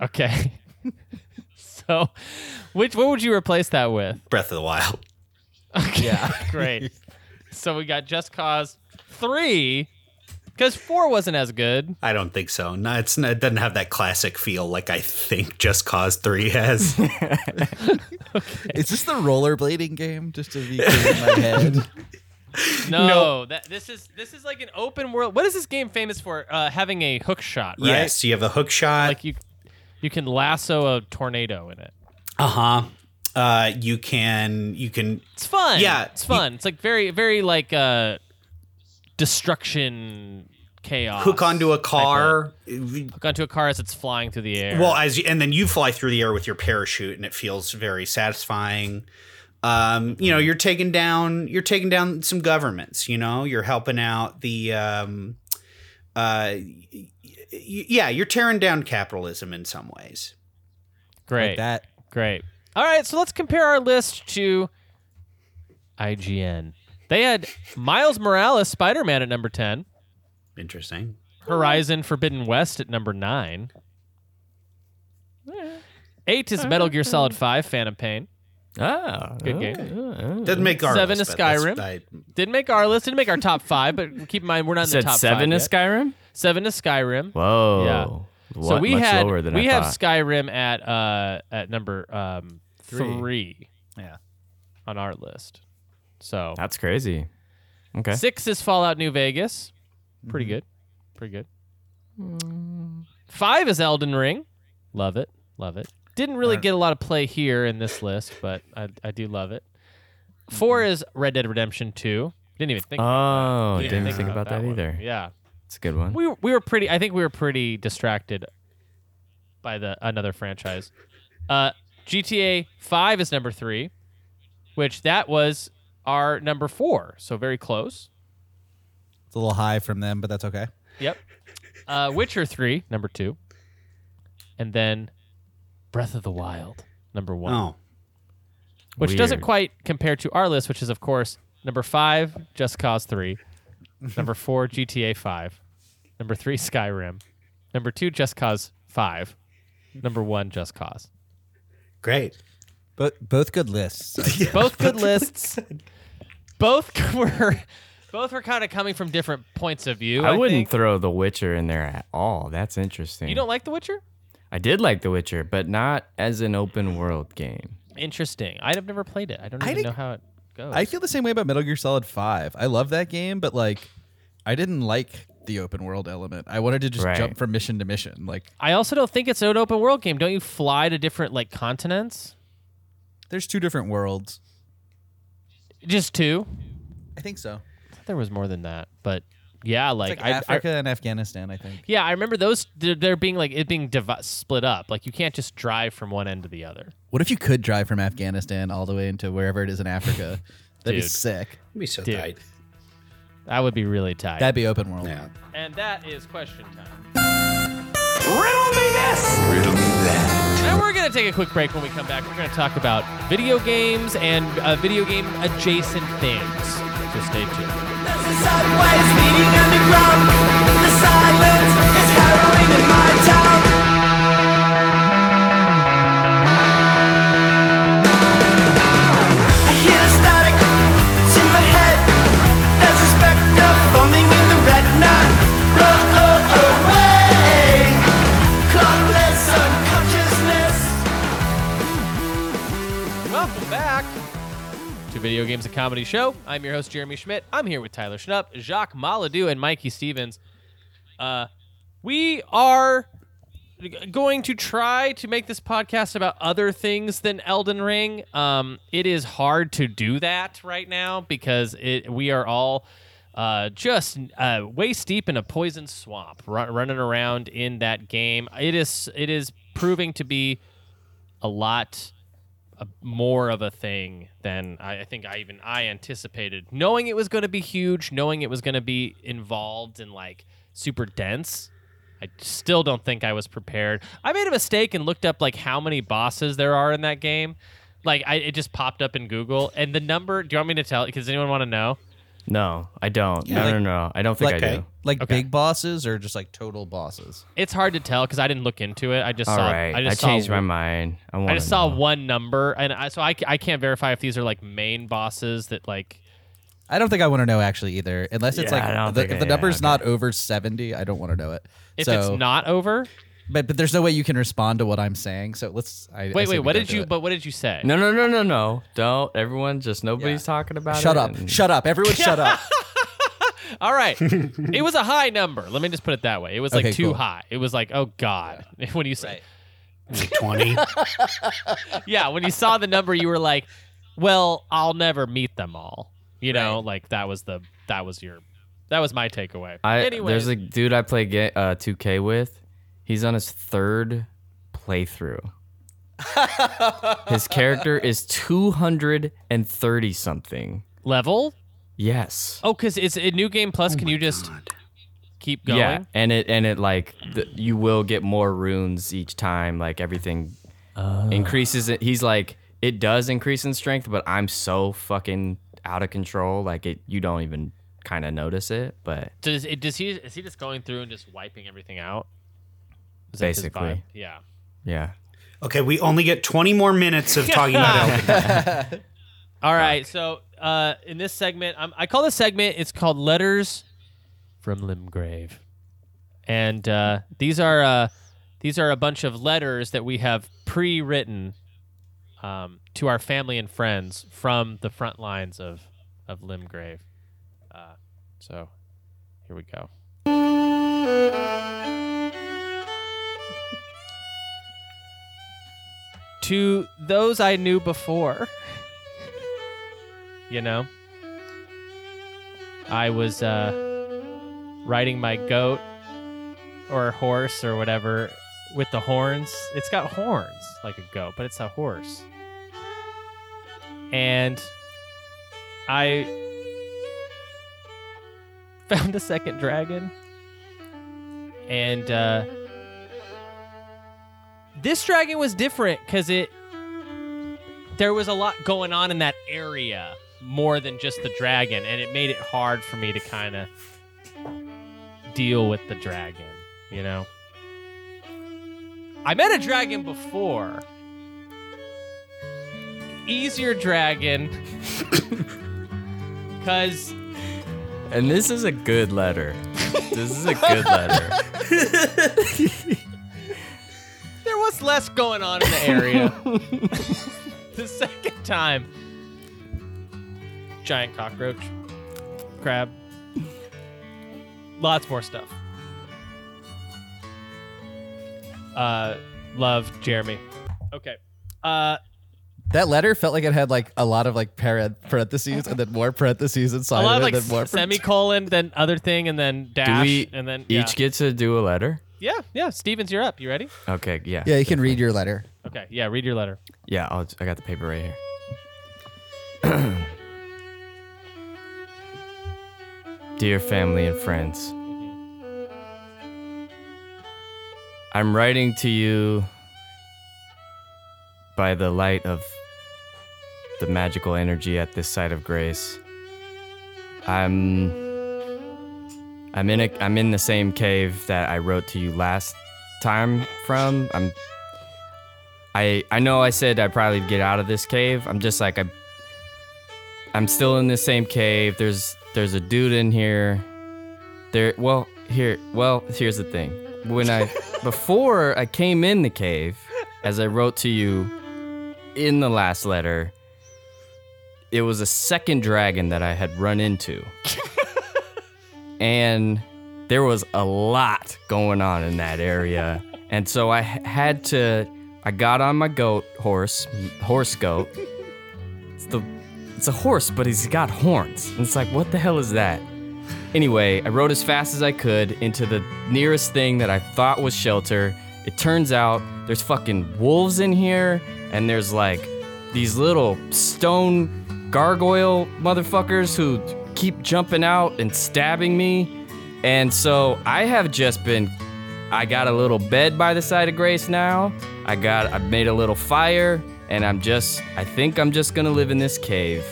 E: okay. so, which what would you replace that with?
I: Breath of the Wild.
F: Yeah.
E: Great. so we got Just Cause Three because Four wasn't as good.
I: I don't think so. No, it's not, it doesn't have that classic feel like I think Just Cause Three has.
F: Is this the rollerblading game? Just to be clear in my head.
E: No, that this is this is like an open world. What is this game famous for? Uh, having a hook shot, right?
I: Yes, you have a hook shot.
E: Like you, you can lasso a tornado in it.
I: uh-huh. Uh You can you can
E: It's fun.
I: Yeah,
E: it's fun. it's like very very like uh, destruction chaos.
I: hook onto a car. Uh,
E: hook onto a car as it's flying through the air.
I: Well, as you, and then you fly through the air with your parachute, and it feels very satisfying. Um, you know,
E: Mm-hmm.
I: you're taking down you're taking down some governments. You know, you're helping out the. Um, uh, y- y- yeah, you're tearing down capitalism in some ways.
E: great,
F: Like that.
E: great. All right, so let's compare our list to IGN. They had Miles Morales Spider Man at number ten,
I: Interesting.
E: Horizon Forbidden West at number nine. Eight is Metal Gear Solid Five Phantom Pain.
G: Ah,
E: Good
G: okay.
I: Doesn't make our
E: Seven
I: list,
E: is
I: but that's-
E: Skyrim.
I: I-
E: Didn't make our list. Didn't make our top five, but keep in mind we're not
G: You
E: in the
G: said
E: top
G: seven
E: five.
G: is
E: yet.
G: Skyrim.
E: Seven is Skyrim.
G: Whoa. Yeah.
E: so we
G: much
E: had
G: lower than
E: we
G: I
E: have
G: thought.
E: Skyrim at uh at number um three.
F: Yeah.
E: on our list. So
G: That's crazy. Okay. Mm-hmm.
E: six is Fallout New Vegas. Pretty good. Pretty good. Five is Elden Ring. Love it. Love it. Didn't really get a lot of play here in this list, but I, I do love it. Four is Red Dead Redemption Two. Didn't even think.
G: Mm-hmm. Oh,
E: didn't
G: didn't
E: even
G: think about that
E: one.
G: either.
E: Yeah.
G: It's a good one.
E: we were- we were pretty. I think we were pretty distracted by the another franchise. Uh, GTA Five is number three, which that was our number four, so very close.
F: It's a little high from them, but that's okay.
E: Yep. Uh, Witcher Three, number two, and then Breath of the Wild, number one,
I: Oh,
E: which doesn't
G: weird.
E: quite compare to our list, which is of course number five, Just Cause Three, number four, GTA Five, number three, Skyrim, number two, Just Cause Five, number one, Just Cause.
D: Great.
F: But both good lists.
E: Both good lists. Both were Both were kind of coming from different points of view.
G: I wouldn't
E: think.
G: throw The Witcher in there at all. That's interesting.
E: you don't like The Witcher?
G: I did like The Witcher, but not as an open world game.
E: Interesting. I've never played it. I don't
F: I
E: even
F: think-
E: know how it goes.
F: I feel the same way about Metal Gear Solid 5. I love that game, but like I didn't like the open world element. I wanted to just
G: Right.
F: jump from mission to mission. Like
E: I also don't think it's an open world game. Don't you fly to different like continents?
F: there's two different worlds.
E: Just two?
F: I think so.
E: I thought there was more than that, but yeah,
F: It's
E: like,
F: like
E: I, I
F: Africa and Afghanistan, I think.
E: yeah, I remember those there, there being like it being divi- split up. Like you can't just drive from one end to the other.
F: What if you could drive from Afghanistan all the way into wherever it is in Africa? That'd be
E: Dude.
F: sick.
I: It'd be so
E: Dude.
I: tight.
E: That would be really tight.
F: That'd be open world.
I: Yeah.
E: and that is question time.
K: Riddle me that.
E: Now we're gonna take a quick break. When we come back, we're gonna talk about video games and uh, video game adjacent things. So stay tuned. Welcome back to Video Games a Comedy Show. I'm your host, Jeremy Schmidt. I'm here with Tyler Schnupp, Jacques Maladou, and Mikey Stevens. Uh, we are g- going to try to make this podcast about other things than Elden Ring. Um, it is hard to do that right now because it we are all uh, just uh, waist deep in a poison swamp, run, running around in that game. It is it is proving to be a lot a, more of a thing than I, I think I even I anticipated. Knowing it was going to be huge, knowing it was going to be involved and like super dense, I still don't think I was prepared. I made a mistake and looked up like how many bosses there are in that game. Like I, it just popped up in Google, and the number. Do you want me to tell? Does anyone want to know?
G: No, I don't. no,
F: like-
G: no, no. I don't think
I: like
G: I
I: I-
G: do.
F: Like
E: Okay.
F: big bosses or just like total bosses?
E: It's hard to tell because I didn't look into it. I just
G: All
E: saw.
G: right,
E: I
G: I,
E: just saw
G: changed my
E: one-
G: mind. I,
E: I
G: wanna
E: just saw
G: know.
E: one number, and I, so I, c- I can't verify if these are like main bosses that like
F: I don't think I want to know actually either. Unless it's
G: Yeah, I
F: like
G: don't
F: the,
G: think
F: if
G: I-
F: the
G: yeah,
F: number's
G: okay.
F: not over seventy, I don't want to know it.
E: if
F: so,
E: it's not over.
F: but but there's no way you can respond to what I'm saying. So let's. I, I
E: Wait,
F: say
E: wait.
F: we
E: What
F: don't
E: did
F: do
E: you?
F: it.
E: But what did you say?
G: No, no, no, no, no. Don't. Everyone, just nobody's talking about
F: shut
G: it.
F: up!
G: and-
F: Shut up! Everyone, shut up!
E: All right. it was a high number. Let me just put it that way. It was like
F: Okay,
E: too
F: cool.
E: high. It was like, oh god. When you say,
I: Twenty.
E: yeah, when you saw the number, you were like, well, I'll never meet them all. You know, like that was the that was your that was my takeaway.
G: I,
E: anyway,
G: There's a dude I play ga- uh, 2K with. He's on his third playthrough. his character is 230 something.
E: level.
G: Yes.
E: Oh, because it's a new game
F: Oh
E: plus. can you just keep going?
G: Yeah, and it and it like th- you will get more runes each time. Like everything
E: Oh.
G: increases. It. He's like it does increase in strength, but I'm so fucking out of control. Like it, you don't even kind of notice it. But
E: Does it? Does he? Is he just going through and just wiping everything out? Is that his
G: Basically.
E: vibe? Yeah.
G: yeah,
I: Okay, we only get 20 more minutes of talking about Elden.
E: All right, so uh, in this segment, um, I call this segment. It's called "Letters from Limgrave," and uh, these are uh, these are a bunch of letters that we have pre-written um, to our family and friends from the front lines of of Limgrave. Uh, so here we go. To those I knew before you know i was uh riding my goat or horse or whatever with the horns it's got horns like a goat but it's a horse and i found a second dragon and uh this dragon was different because it there was a lot going on in that area more than just the dragon and it made it hard for me to kind of deal with the dragon you know i met a dragon before easier dragon because
G: And this is a good letter. This is a good letter.
E: There was less going on in the area. the second time, giant cockroach, crab, lots more stuff. Uh, love Jeremy. Okay. Uh,
D: That letter felt like it had like a lot of like paren- parentheses and then more parentheses
E: a
D: inside of
E: lot of
D: it,
E: like
D: and then more
E: s- semicolon, then other thing, and then
G: Do
E: dash,
G: we
E: and then yeah.
G: each get to do a letter?
E: yeah, yeah. Stevens, you're up. You ready?
G: Okay, yeah.
D: Yeah, you can read your letter.
E: Okay. Yeah. Read your letter.
G: Yeah, I'll, I got the paper right here. Dear family and friends, I'm writing to you by the light of the magical energy at this site of grace. I'm I'm in a I'm in the same cave that I wrote to you last time from. I'm I I know I said I'd probably get out of this cave. I'm just like I I'm still in this same cave. There's there's a dude in here. There well, here well, here's the thing. When I before I came in the cave, as I wrote to you in the last letter, it was a second dragon that I had run into. and there was a lot going on in that area. And so I h- had to, I got on my goat horse, horse goat. It's the, it's a horse, but he's got horns. And it's like, what the hell is that? Anyway, I rode as fast as I could into the nearest thing that I thought was shelter. It turns out there's fucking wolves in here, and there's like these little stone gargoyle motherfuckers who keep jumping out and stabbing me. And so I have just been. I got a little bed by the side of Grace now. I got. I've made a little fire, and I'm just. I think I'm just gonna live in this cave.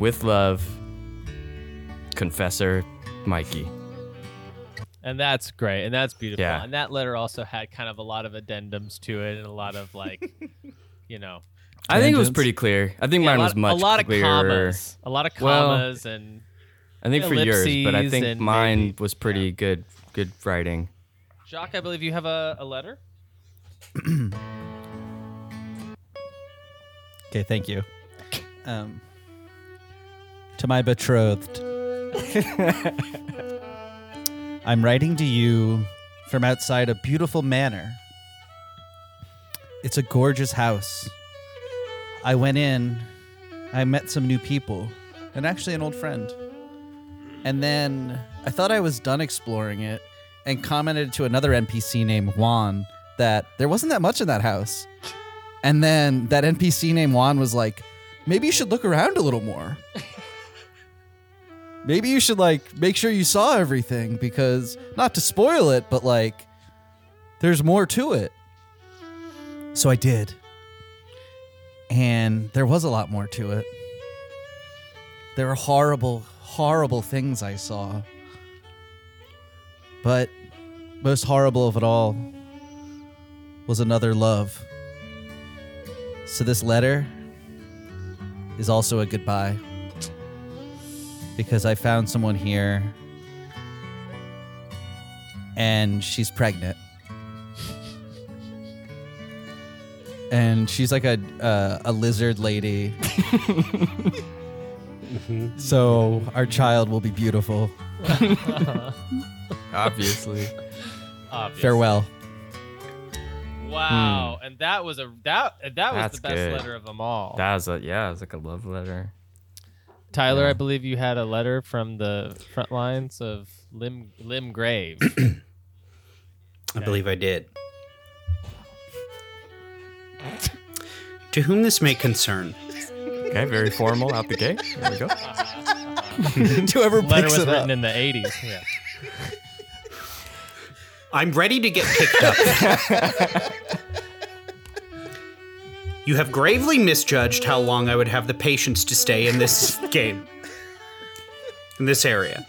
G: With love, Confessor Mikey.
E: And that's great, and that's beautiful.
G: Yeah.
E: And that letter also had kind of a lot of addendums to it, and a lot of like, you know,
G: I think it was
D: Tangents.
G: pretty clear. I think
E: yeah,
G: mine
E: a lot,
G: was much
E: a lot of
G: clearer.
E: commas, a lot of
G: Well,
E: commas, and
G: I think for yours, but I
E: ellipses
G: think
E: and
G: mine
E: maybe-
G: was pretty good. Good writing.
E: Jacques, I believe you have a, a letter.
F: Okay, thank you. Um, to my betrothed, I'm writing to you from outside a beautiful manor. It's a gorgeous house. I went in, I met some new people, and actually an old friend. And then I thought I was done exploring it and commented to another NPC named Juan that there wasn't that much in that house. And then that NPC named Juan was like, maybe you should look around a little more. maybe you should like make sure you saw everything because not to spoil it, but like there's more to it. So I did. And there was a lot more to it. There were horrible, horrible things I saw. But most horrible of it all was another love. So this letter is also a goodbye because I found someone here and she's pregnant. And she's like a uh, a lizard lady. So our child will be beautiful.
G: Obviously.
E: Obvious.
F: Farewell.
E: Wow, and that was a that that was
G: Hmm. That's
E: the best
G: good.
E: letter of them all.
G: that was a yeah, it was like a love letter.
E: Tyler, I believe you had a letter from the front lines of Lim Lim Grave.
I: I believe I did. to whom this may concern.
G: Okay, very formal out the gate. There we go.
F: Whoever
E: letter
F: picks
E: was
F: it
E: written
F: up.
E: in the 80s. Yeah.
I: I'm ready to get picked up. you have gravely misjudged how long I would have the patience to stay in this game, in this area.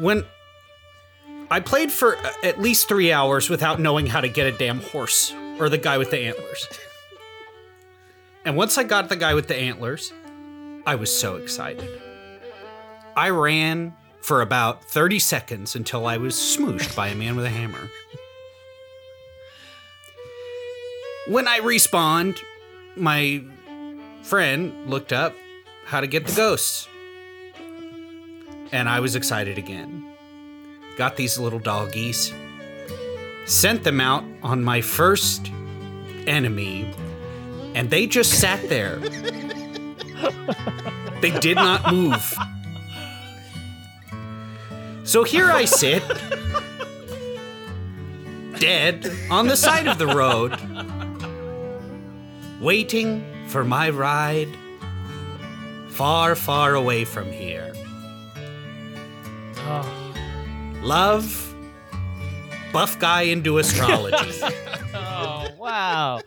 I: When I played for uh, at least three hours without knowing how to get a damn horse or the guy with the antlers. And once I got the guy with the antlers, I was so excited. I ran for about 30 seconds until I was smooshed by a man with a hammer. When I respawned, my friend looked up how to get the ghosts. And I was excited again. Got these little doggies, sent them out on my first enemy, and they just sat there. they did not move. So here I sit, dead on the side of the road, waiting for my ride far, far away from here. Love, buff guy into astrology.
E: Oh wow!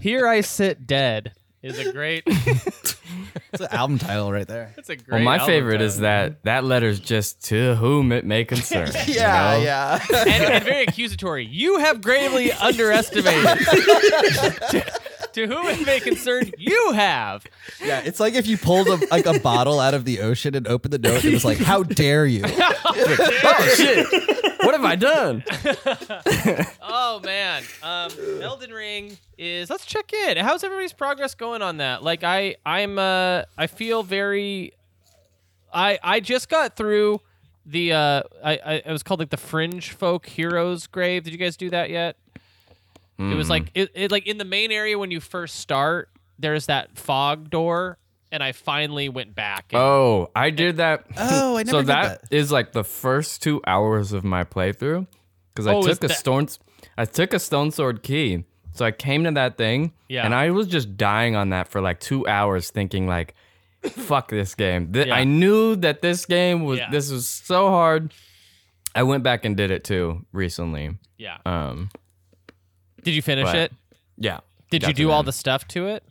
E: Here I sit dead is a great.
F: It's an album title right there.
E: That's a great.
G: Well, my
E: album
G: favorite
E: title.
G: is that that letter's just to whom it may concern.
D: Yeah, yeah.
E: and, and very accusatory. You have gravely underestimated. to, to whom it may concern, you have.
D: yeah, it's like if you pulled a, like a bottle out of the ocean and opened the note and it was like, "How dare you?"
G: oh shit! What have I done?
E: Oh man, um, Elden Ring is. Let's check in. How's everybody's progress going on that? Like I, I'm, uh, I feel very. I I just got through the. Uh, I I it was called like the Fringe Folk Heroes Grave. Did you guys do that yet? It was like it, it like in the main area when you first start. There's that fog door, and I finally went back. and-
G: Oh, I did that.
D: Oh, I never
G: so
D: did
G: that is like the first two hours of my playthrough because I
E: Oh, is
G: took a
E: that-
G: stone, I took a stone sword key. So I came to that thing,
E: Yeah.
G: and I was just dying on that for like two hours, thinking like, "Fuck this game." Th-
E: Yeah.
G: I knew that this game was
E: Yeah.
G: this was so hard. I went back and did it too recently.
E: yeah.
G: Um,
E: Did you finish
G: but-
E: it?
G: yeah.
E: Did
G: got
E: you
G: to
E: do all
G: that.
E: the stuff to it?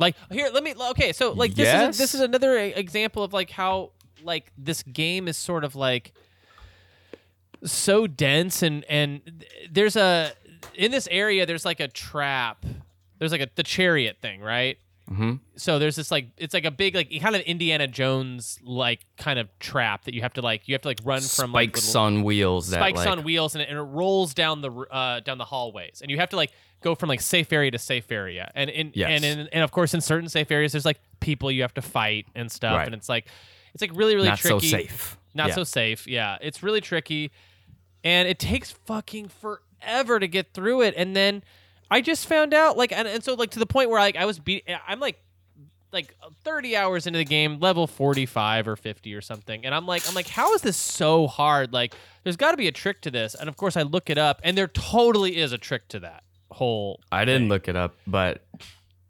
E: Like here, let me. Okay, so like this
G: Yes.
E: is this is another e- example of like how like this game is sort of like so dense and and th- there's a in this area there's like a trap. There's like a the chariot thing, right?
G: Mhm.
E: So there's this like it's like a big like kind of Indiana Jones like kind of trap that you have to like you have to like run from like,
G: spikes
E: little-
G: on wheels? That
E: spikes
G: like,
E: on wheels and it, and it rolls down the r- uh, down the hallways and you have to like go from like safe area to safe area and in,
G: Yes.
E: and in, and of course in certain safe areas there's like people you have to fight and stuff
G: Right.
E: and it's like it's like really really
G: not
E: tricky
G: so safe.
E: not
G: Yeah.
E: so safe yeah it's really tricky and it takes fucking forever to get through it and then I just found out like and, and so like to the point where like I was beat I'm like like 30 hours into the game, level 45 or 50 or something. And I'm like, I'm like, how is this so hard? Like, there's got to be a trick to this. And of course, I look it up, and there totally is a trick to that whole.
G: I didn't look it up, but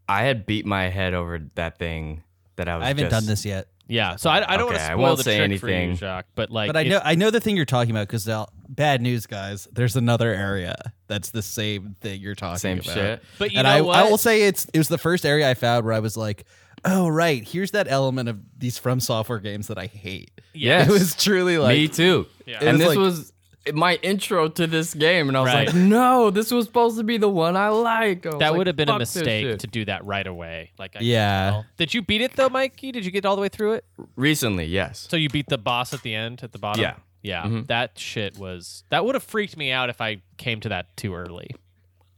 G: I had beat my head over that thing that I was.
F: I haven't
G: just-
F: done this yet,
E: Yeah. So I, I don't want
G: Okay,
E: to
G: I
E: spoil
G: won't
E: the
G: say
E: trick for you,
G: anything.
E: Jacques, but like,
F: but I
E: if-
F: know I know the thing you're talking about because bad news, guys. There's another area that's the same thing you're talking
G: Same
F: about.
G: shit.
E: but you
F: and
E: know
F: I,
E: what?
F: I will say it's it was the first area I found where I was like, oh right, here's that element of these from software games that I hate.
G: Yes,
F: It was truly like
G: me too.
E: Yeah.
G: And
F: It
G: this
F: was
G: was my intro to this game, and I was
E: Right.
G: like, "No, this was supposed to be the one I like." I was
E: that
G: like,
E: would have been a
G: "Fuck this
E: mistake
G: shit."
E: to do that right away. Like, I
F: Yeah.
E: Well, did you beat it though, Mikey? Did you get all the way through it?
G: Recently, yes.
E: So you beat the boss at the end, at the bottom.
G: Yeah.
E: yeah.
G: Mhm.
E: That shit was that would have freaked me out if I came to that too early.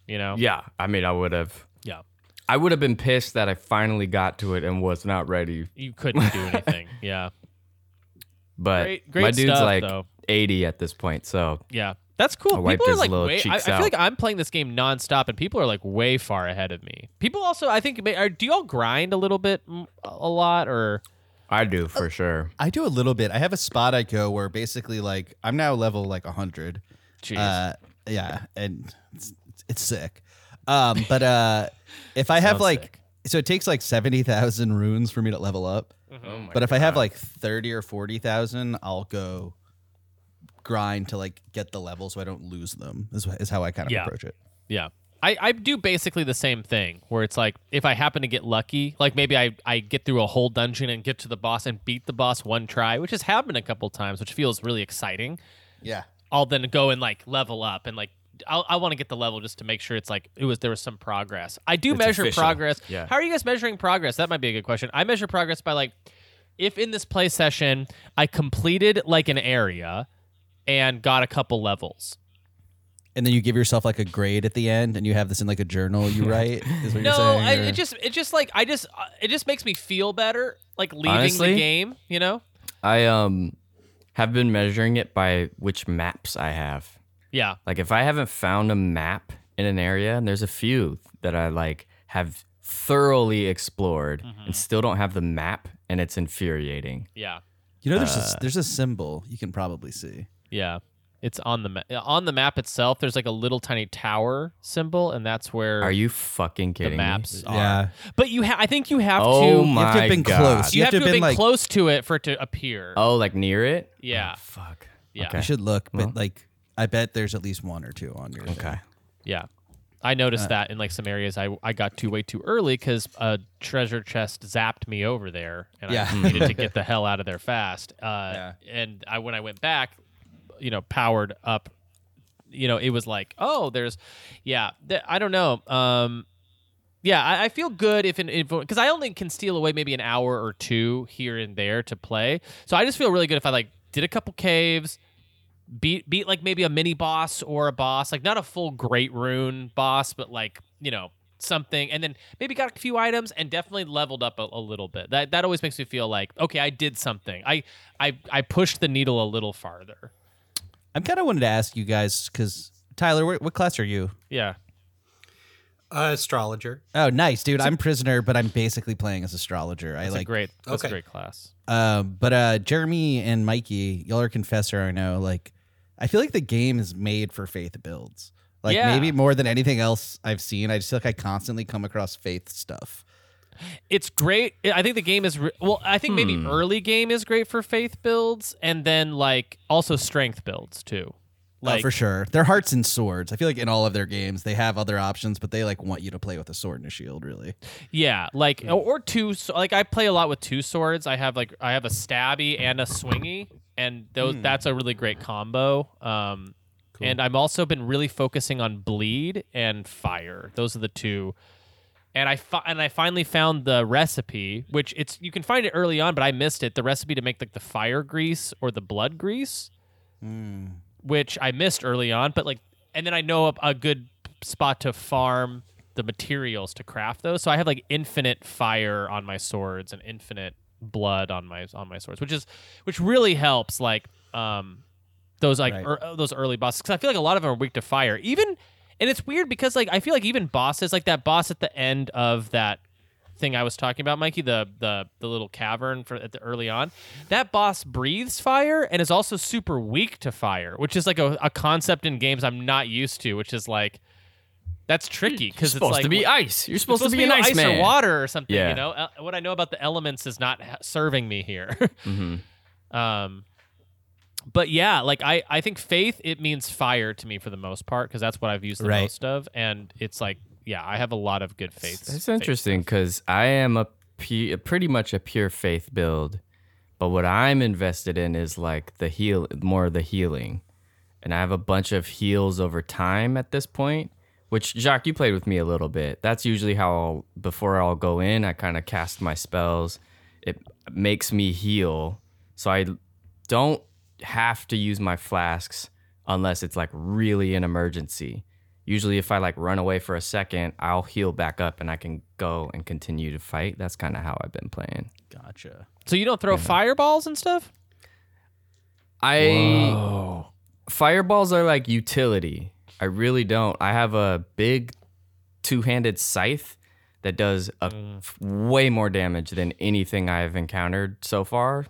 E: You know?
G: Yeah, I mean, I would have.
E: Yeah.
G: I would have been pissed that I finally got to it and was not ready.
E: you couldn't do anything. yeah,
G: But
E: Great- great
G: my dude's
E: stuff,
G: like
E: though.
G: 80 at this point, so
E: yeah, that's cool.
G: I wiped
E: people are
G: his
E: like,
G: little
E: way, I, I
G: cheeks
E: feel
G: out.
E: like I'm playing this game nonstop, and people are like way far ahead of me. People also, I think, may- are, do y'all grind a little bit, mm, a lot, or
G: I do for sure.
D: I do a little bit. I have a spot I go where basically like I'm now level like hundred.
E: Jeez.
D: Uh, yeah, and it's, it's sick. Um, but uh, if I have like, so it takes like seventy thousand runes for me to level up.
E: Oh
D: but if I have like thirty or forty thousand, I'll go grind to like get the level so I don't lose them. Is wh- is how I kind of
E: Yeah.
D: approach it.
E: Yeah. I, I do basically the same thing where it's like if I happen to get lucky, like maybe I, I get through a whole dungeon and get to the boss and beat the boss one try, which has happened a couple times, which feels really exciting.
D: Yeah.
E: I'll then go and like level up and like I'll, I want to get the level just to make sure it's like it was there was some progress. I do measure
G: official.
E: progress.
G: Yeah.
E: How are you guys measuring progress? That might be a good question. I measure progress by like if in this play session I completed like an area and got a couple levels.
D: and then you give yourself like a grade at the end, and you have this in like a journal you write. Is what you're
E: No,
D: saying,
E: I,
D: or-
E: it just it just like I just uh, it just makes me feel better like leaving
G: Honestly?
E: the game, you know?
G: I um have been measuring it by which maps I have.
E: Yeah.
G: Like if I haven't found a map in an area, and there's a few that I like have thoroughly explored and still don't have the map, and it's infuriating.
E: Yeah.
D: you know there's a, there's a symbol you can probably see.
E: Yeah. It's on the ma- on the map itself there's like a little tiny tower symbol and that's where
G: Are you fucking
E: the
G: kidding
E: maps
G: me?
E: are. But you ha- I think you have
G: Oh
E: to
G: my
D: have been
G: god!
D: close.
E: you, have, to have been, close to it for it to appear.
G: Oh, like near it?
E: Yeah.
G: Oh, fuck.
E: Yeah.
G: Okay.
D: You should look, but
G: Well.
D: like I bet there's at least one or two on your.
G: Okay.
E: Yeah. I noticed that in like some areas I, I got to way too early because a treasure chest zapped me over there and
D: Yeah.
E: I needed to get the hell out of there fast. Uh, And I when I went back, you know, powered up, you know, it was like, oh, there's, yeah, th- I don't know. Um, yeah, I, I feel good if in because I only can steal away maybe an hour or two here and there to play. So I just feel really good if I like did a couple caves, beat beat like maybe a mini boss or a boss, like not a full great rune boss, but like you know something, and then maybe got a few items and definitely leveled up a, a little bit. That that always makes me feel like okay, I did something. I I I pushed the needle a little farther.
D: I'm kind of wanted to ask you guys because Tyler, what, what class are you?
E: Yeah,
I: Uh, astrologer.
D: Oh, nice, dude. I'm prisoner, but I'm basically playing as astrologer. I
E: that's a
D: like,
E: great that's a
I: okay.
E: great class.
D: uh, but uh, Jeremy and Mikey, y'all are confessor. I know. Like, I feel like the game is made for faith builds. Like
E: Yeah.
D: maybe more than anything else I've seen, I just feel like I constantly come across faith stuff.
E: It's great. I think the game is re- well. I think
D: Hmm.
E: maybe early game is great for faith builds, and then like also strength builds too.
F: Oh,
D: Like,
E: Like
D: Oh, for sure, their hearts and swords. I feel like in all of their games, they have other options, but they like want you to play with a sword and a shield. Really,
E: Yeah, like or, or two. So, like I play a lot with two swords. I have like I have a stabby and a swingy, and those that's a really great combo. Um, and I'm also been really focusing on bleed and fire. Those are the two. And I fi- and I finally found the recipe, which it's you can find it early on, but I missed it. The recipe to make like the fire grease or the blood grease, which I missed early on, but like, and then I know a, a good spot to farm the materials to craft those. So I have like infinite fire on my swords and infinite blood on my on my swords, which is which really helps like um those like
D: Right.
E: er, those early bosses because I feel like a lot of them are weak to fire. Even and it's weird because like I feel like even bosses like that boss at the end of that thing I was talking about, Mikey, the the the little cavern for at the early on. That boss breathes fire and is also super weak to fire, which is like a, a concept in games I'm not used to, which is like that's tricky because it's
G: supposed
E: like
G: to be
E: it's
G: ice. You're supposed, to be an
E: either
G: ice,
E: ice
G: man.
E: or water or something.
G: Yeah.
E: You know, Uh, what I know about the elements is not ha- serving me here.
G: hmm
E: um, but yeah, like I I think faith it means fire to me for the most part because that's what I've used the
D: Right.
E: most of, and it's like yeah, I have a lot of good faiths.
G: That's
E: faith
G: interesting because I am a pu- pretty much a pure faith build, but what I'm invested in is like the heal, more of the healing, and I have a bunch of heals over time at this point. Which Jacques, you played with me a little bit. That's usually how I'll, before I'll go in, I kind of cast my spells. It makes me heal, so I don't have to use my flasks unless it's like really an emergency usually if i like run away for a second i'll heal back up and i can go and continue to fight that's kind of how i've been playing
D: gotcha.
E: So you don't throw fireballs and stuff?
G: i fireballs are like utility i really don't i have a big two-handed scythe that does a f- way more damage than anything i've encountered so far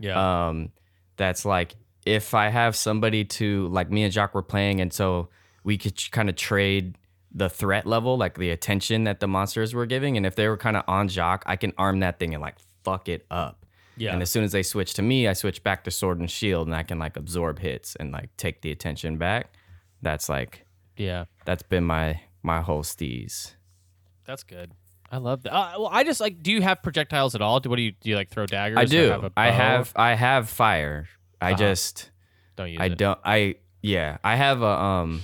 E: Yeah.
G: um, that's like if I have somebody to like me and Jacques were playing, and so we could kind of trade the threat level, like the attention that the monsters were giving, and if they were kind of on Jacques, I can arm that thing and like fuck it up.
E: Yeah.
G: And as soon as they switch to me, I switch back to sword and shield, and I can like absorb hits and like take the attention back. That's like
E: yeah.
G: that's been my my whole steez.
E: That's good. I love that. Uh, well, I just like. Do you have projectiles at all? Do what do you do? You like throw daggers?
G: I
E: or
G: do.
E: Have a
G: I
E: bow?
G: have I have fire. I
E: Uh-huh.
G: just.
E: Don't use
G: I
E: it.
G: don't. I yeah. I have a um.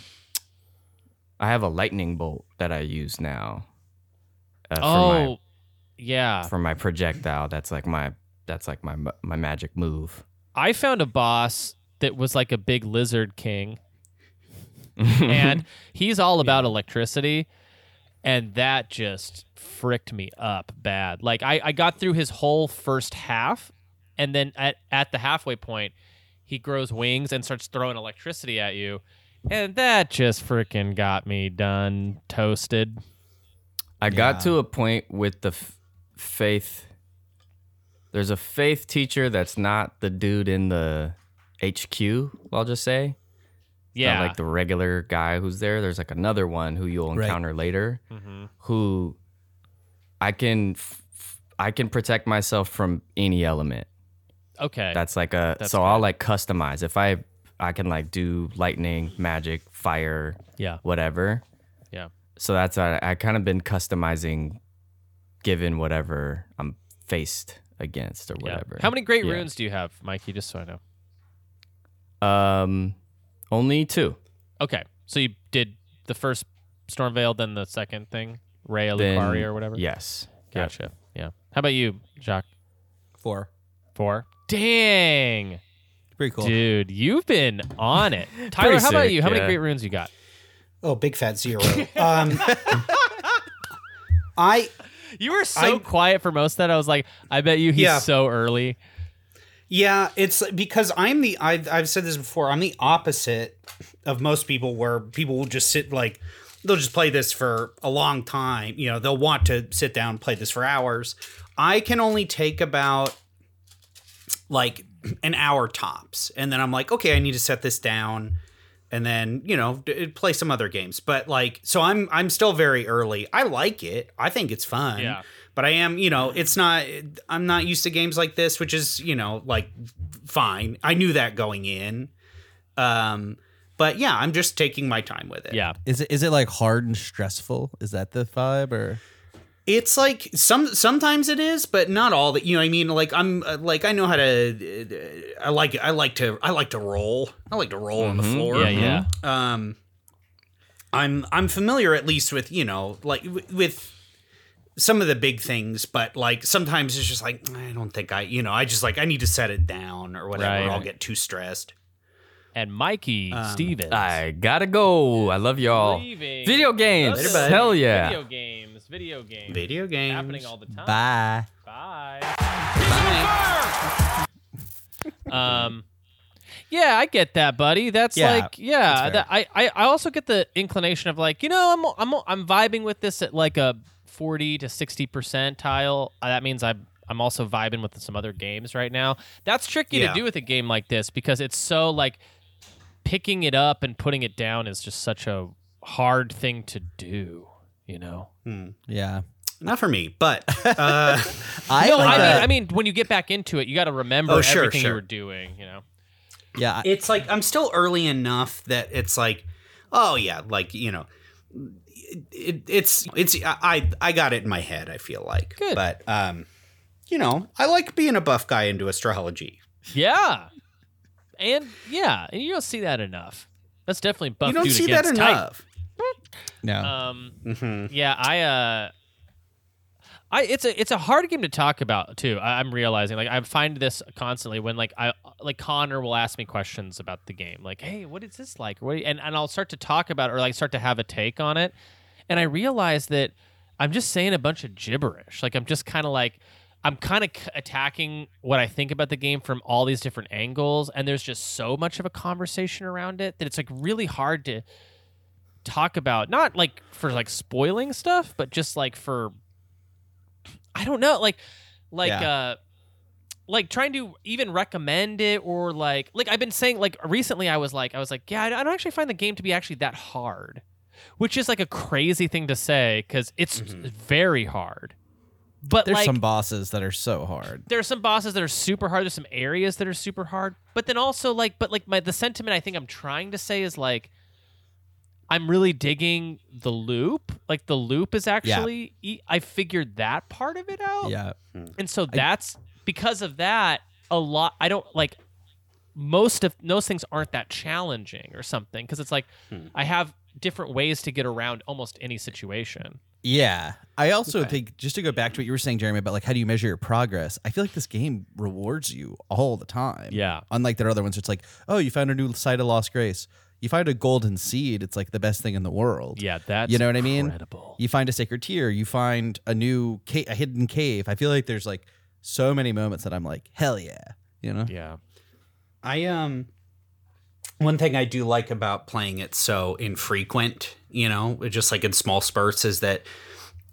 G: I have a lightning bolt that I use now. Uh,
E: Oh,
G: for
E: yeah.
G: my, for my projectile, that's like my that's like my my magic move.
C: I found a boss that was like a big lizard king. and he's all about electricity. And that just fricked me up bad. Like I, I got through his whole first half, and then at, at the halfway point, he grows wings and starts throwing electricity at you. And that just freaking got me done toasted.
G: I got to a point with the f- faith. There's a faith teacher that's not the dude in the HQ. I'll just say, not
C: Yeah.
G: like the regular guy who's there. There's like another one who you'll
F: Right.
G: encounter later,
C: Mm-hmm.
G: who I can f- f- I can protect myself from any element.
C: okay.
G: That's like a
C: That's
G: so I'll like customize if I I can like do lightning, magic, fire,
C: yeah.
G: whatever.
C: Yeah.
G: So that's I, I kind of been customizing, given whatever I'm faced against or
C: yeah.
G: whatever.
C: How many great
G: Yeah.
C: runes do you have, Mikey? Just so I know.
G: Um, only two.
C: Okay, so you did the first Stormveil, then the second thing, Ray
G: Then-
C: Alucari or whatever.
G: Yes.
C: gotcha. Yeah. How about you, Jacques?
F: Four.
C: Four. Dang,
F: Pretty cool.
C: dude, you've been on it. Tyler,
G: Pretty
C: how about
G: sick,
C: you? How many
G: yeah.
C: great runes you got?
I: Oh, big fat zero. Um, I
C: You were so
I: I'm-
C: quiet for most of that. I was like, I bet you he's
I: Yeah.
C: so early.
I: Yeah, it's because I'm the I've, I've said this before. I'm the opposite of most people, where people will just sit like they'll just play this for a long time. You know, they'll want to sit down and play this for hours. I can only take about like an hour tops, and then I'm like, okay, I need to set this down, and then you know d- play some other games. But like, so I'm I'm still very early. I like it. I think it's fun
C: Yeah.
I: but I am, you know, it's not, I'm not used to games like this, which is, you know, like fine. I knew that going in. Um, but yeah, I'm just taking my time with it.
C: Yeah.
F: Is it is it like hard and stressful? Is that the vibe or
I: It's like some sometimes it is, but not all that. You know, what I mean, like I'm uh, like I know how to. Uh, I like I like to I like to roll. I like to roll on the floor.
C: Mm-hmm. Yeah. Yeah.
I: um i'm i'm familiar at least with you know like w- with some of the big things but like sometimes it's just like i don't think i you know i just like i need to set it down or whatever
C: Right.
I: or i'll get too stressed
C: And Mikey Stevens.
G: I gotta go. I love y'all.
C: Leaving.
G: Video games.
C: Later,
I: bud.
G: Hell yeah.
C: Video games. Video games.
I: video games
C: Happening all the time.
F: bye?
C: Bye. um yeah i get that buddy that's
F: Yeah,
C: like yeah
F: fair.
C: that, I, I i also get the inclination of like you know i'm i'm i'm vibing with this at like a 40 to 60 percentile Uh, that means i'm i'm also vibing with some other games right now that's tricky
I: Yeah.
C: to do with a game like this because it's so like picking it up and putting it down is just such a hard thing to do you know
F: Yeah.
I: not for me but uh
F: I
C: no,
F: like
C: I
F: that.
C: mean, I mean, when you get back into it, you got to remember
I: Oh, sure,
C: everything you
I: sure.
C: were doing. You know,
F: yeah. I-
I: it's like i'm still early enough that it's like oh yeah like you know it, it, it's it's I I got it in my head. I feel like,
C: Good.
I: but um, you know, I like being a buff guy into astrology.
C: Yeah. And yeah, and you don't see that enough. That's definitely buff
I: you don't
C: dude
I: see that
C: against
I: enough.
F: no.
C: type. Um
I: Mm-hmm.
C: yeah, I uh I it's a it's a hard game to talk about too. I, I'm realizing like I find this constantly when like I like Connor will ask me questions about the game like, "Hey, what is this like?" What do you- and and I'll start to talk about it or like start to have a take on it. And I realize that I'm just saying a bunch of gibberish. Like I'm just kind of like I'm kind of c- attacking what I think about the game from all these different angles and there's just so much of a conversation around it that it's like really hard to talk about not like for like spoiling stuff but just like for i don't know like like uh like trying to even recommend it or like like i've been saying like recently i was like i was like yeah i I don't actually find the game to be actually that hard which is like a crazy thing to say because it's very hard but
F: There's
C: like,
F: some bosses that are so hard.
C: there are some bosses that are super hard. There's some areas that are super hard. But then also like, but like my the sentiment I think I'm trying to say is like, I'm really digging the loop. Like the loop is actually e- I figured that part of it out.
F: Yeah.
C: And so that's because of that a lot I don't like most of those things aren't that challenging or something because it's like I have different ways to get around almost any situation.
F: Yeah. I also think just to go back to what you were saying, Jeremy, about like how do you measure your progress? I feel like this game rewards you all the time.
E: Yeah.
F: Unlike their other ones, it's like, oh, you found a new site of lost grace. You find a golden seed, it's like the best thing in the world.
E: Yeah, that's
F: you know what I mean.
E: incredible.
F: You find a sacred tear. You find a new ca- a hidden cave. I feel like there's like so many moments that I'm like, hell yeah, you know.
E: Yeah.
I: I um one thing I do like about playing it so infrequent, you know, just like in small spurts is that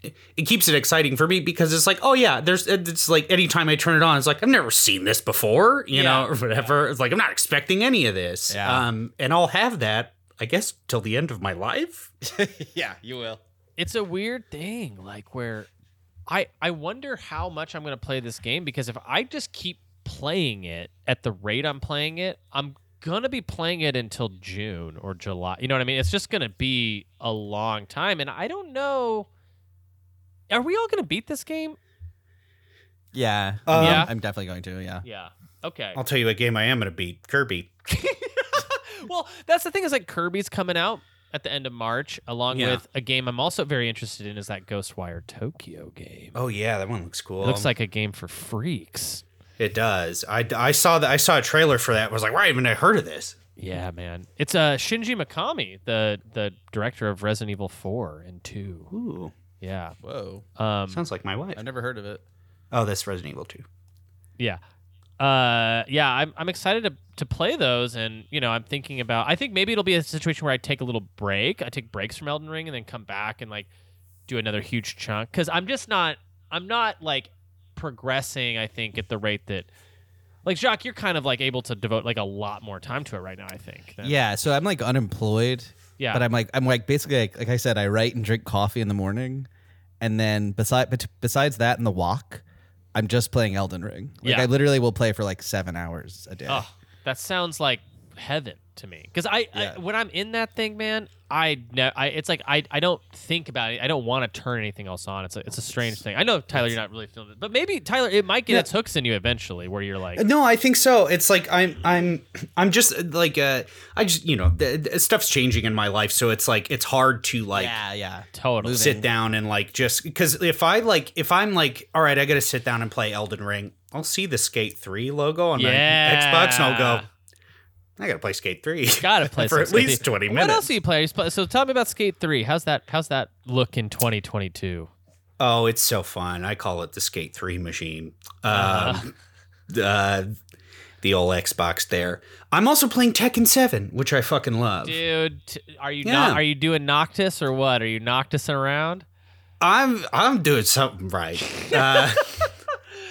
I: it keeps it exciting for me because it's like, oh yeah, there's it's like anytime I turn it on, it's like I've never seen this before, you know, or whatever. It's like I'm not expecting any of this. Um and I'll have that, I guess, till the end of my life.
F: Yeah, you will.
E: it's a weird thing like where i i wonder how much i'm going to play this game because if i just keep playing it at the rate i'm playing it i'm going to be playing it until june or july you know what i mean it's just going to be a long time and i don't know are we all going to beat this game
F: Yeah.
I: Um,
E: Yeah.
F: I'm definitely going to. Yeah.
E: yeah okay
I: I'll tell you a game I am gonna beat, Kirby.
E: well, that's the thing is like Kirby's coming out at the end of March, along
I: Yeah.
E: with a game I'm also very interested in is that Ghostwire Tokyo game.
I: Oh yeah, that one looks cool.
E: It looks like a game for freaks.
I: it does. I, I saw that I saw a trailer for that. I was like, why haven't I heard of this?
E: Yeah, man. It's uh, Shinji Mikami, the the director of Resident Evil 4 and 2.
I: Ooh.
E: Yeah.
F: Whoa.
E: Um,
I: Sounds like my wife.
F: I've never heard of it.
I: Oh, that's Resident Evil 2.
E: yeah. Uh, yeah, I'm, I'm excited to, to play those. And, you know, I'm thinking about, I think maybe it'll be a situation where I take a little break. I take breaks from Elden Ring and then come back and, like, do another huge chunk. Cause I'm just not, I'm not, like, progressing, I think, at the rate that, like, Jacques, you're kind of, like, able to devote, like, a lot more time to it right now, I think. than-
F: Yeah, so I'm like unemployed.
E: Yeah.
F: But I'm like I'm like basically like, like I said, I write and drink coffee in the morning, and then beside bet- besides that and the walk, I'm just playing Elden Ring. Like
E: Yeah.
F: I literally will play for like seven hours a day.
E: Oh, that sounds like heaven to me. Because I, I, when I'm in that thing, man, I, ne- I it's like I, I don't think about it. I don't want to turn anything else on. It's a, it's a strange thing. I know Tyler, you're not really feeling it, but maybe Tyler, it might get its hooks in you eventually, where you're like,
I: Uh, No, I think so. It's like I'm I'm I'm just like uh I just you know th- th- stuff's changing in my life, so it's like it's hard to like
F: yeah, yeah.
E: totally.
I: sit down and like just because if I like if I'm like all right, I got to sit down and play Elden Ring. I'll see the Skate Three logo on
E: Yeah.
I: my Xbox, and I'll go. I got to play Skate Three.
E: Gotta play
I: for
E: some
I: at
E: Skate
I: least
E: 3.
I: twenty
E: What
I: minutes.
E: else do you play? You sp- So tell me about Skate Three. How's that? How's that look in 2022?
I: Oh, it's so fun. I call it the Skate 3 machine. Um,
E: Uh-huh.
I: uh, the old Xbox there. I'm also playing Tekken 7, which I fucking love.
E: Dude, t- are you
I: Yeah.
E: not? Are you doing Noctis or what? Are you Noctising around?
I: I'm I'm doing something right.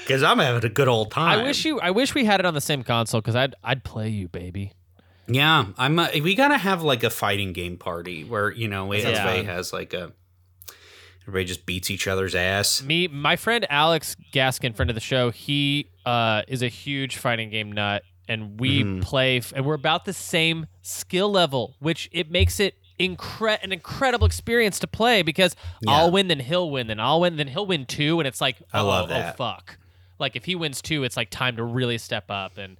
I: Because I'm having a good old time.
E: I wish you. I wish we had it on the same console because I'd I'd play you, baby.
I: Yeah, I'm. Uh, we gotta have like a fighting game party where you know
E: sounds
I: everybody
E: fun.
I: has like a everybody just beats each other's ass.
E: Me, my friend Alex Gaskin, friend of the show, he uh, is a huge fighting game nut, and we
I: Mm-hmm.
E: play, f- and we're about the same skill level, which it makes it incre- an incredible experience to play because I'll win, then he'll win, then I'll win, then he'll win two, and it's like,
I: I
E: oh,
I: love
E: oh
I: that.
E: fuck. Like if he wins two, it's like time to really step up, and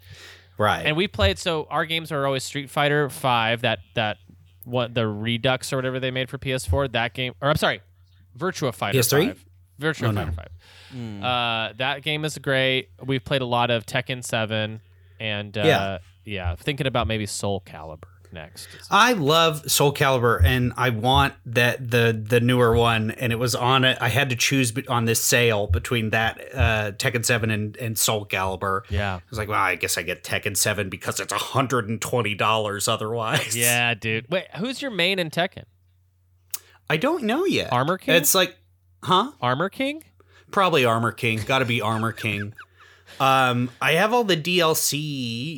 I: Right.
E: and we played. So our games are always Street Fighter Five, that that what the Redux or whatever they made for PS4. That game, or I'm sorry, Virtua Fighter
I: PS3?
E: Five.
I: Oh,
E: Virtua Fighter Five. Uh, that game is great. We've played a lot of Tekken Seven, and uh, yeah,
I: Yeah. Uh,
E: thinking about maybe Soul Calibur next.
I: I love Soul Calibur, and I want that the the newer one. And it was on it. I had to choose be- on this sale between that uh, Tekken Seven and, and Soul Calibur.
E: Yeah.
I: I was like, well, I guess I get Tekken Seven because it's hundred and twenty dollars otherwise.
E: Yeah, dude. Wait, who's your main in Tekken?
I: I don't know yet.
E: Armor King?
I: It's like, huh?
E: Armor King?
I: Probably Armor King. Got to be Armor King. Um, I have all the DLC,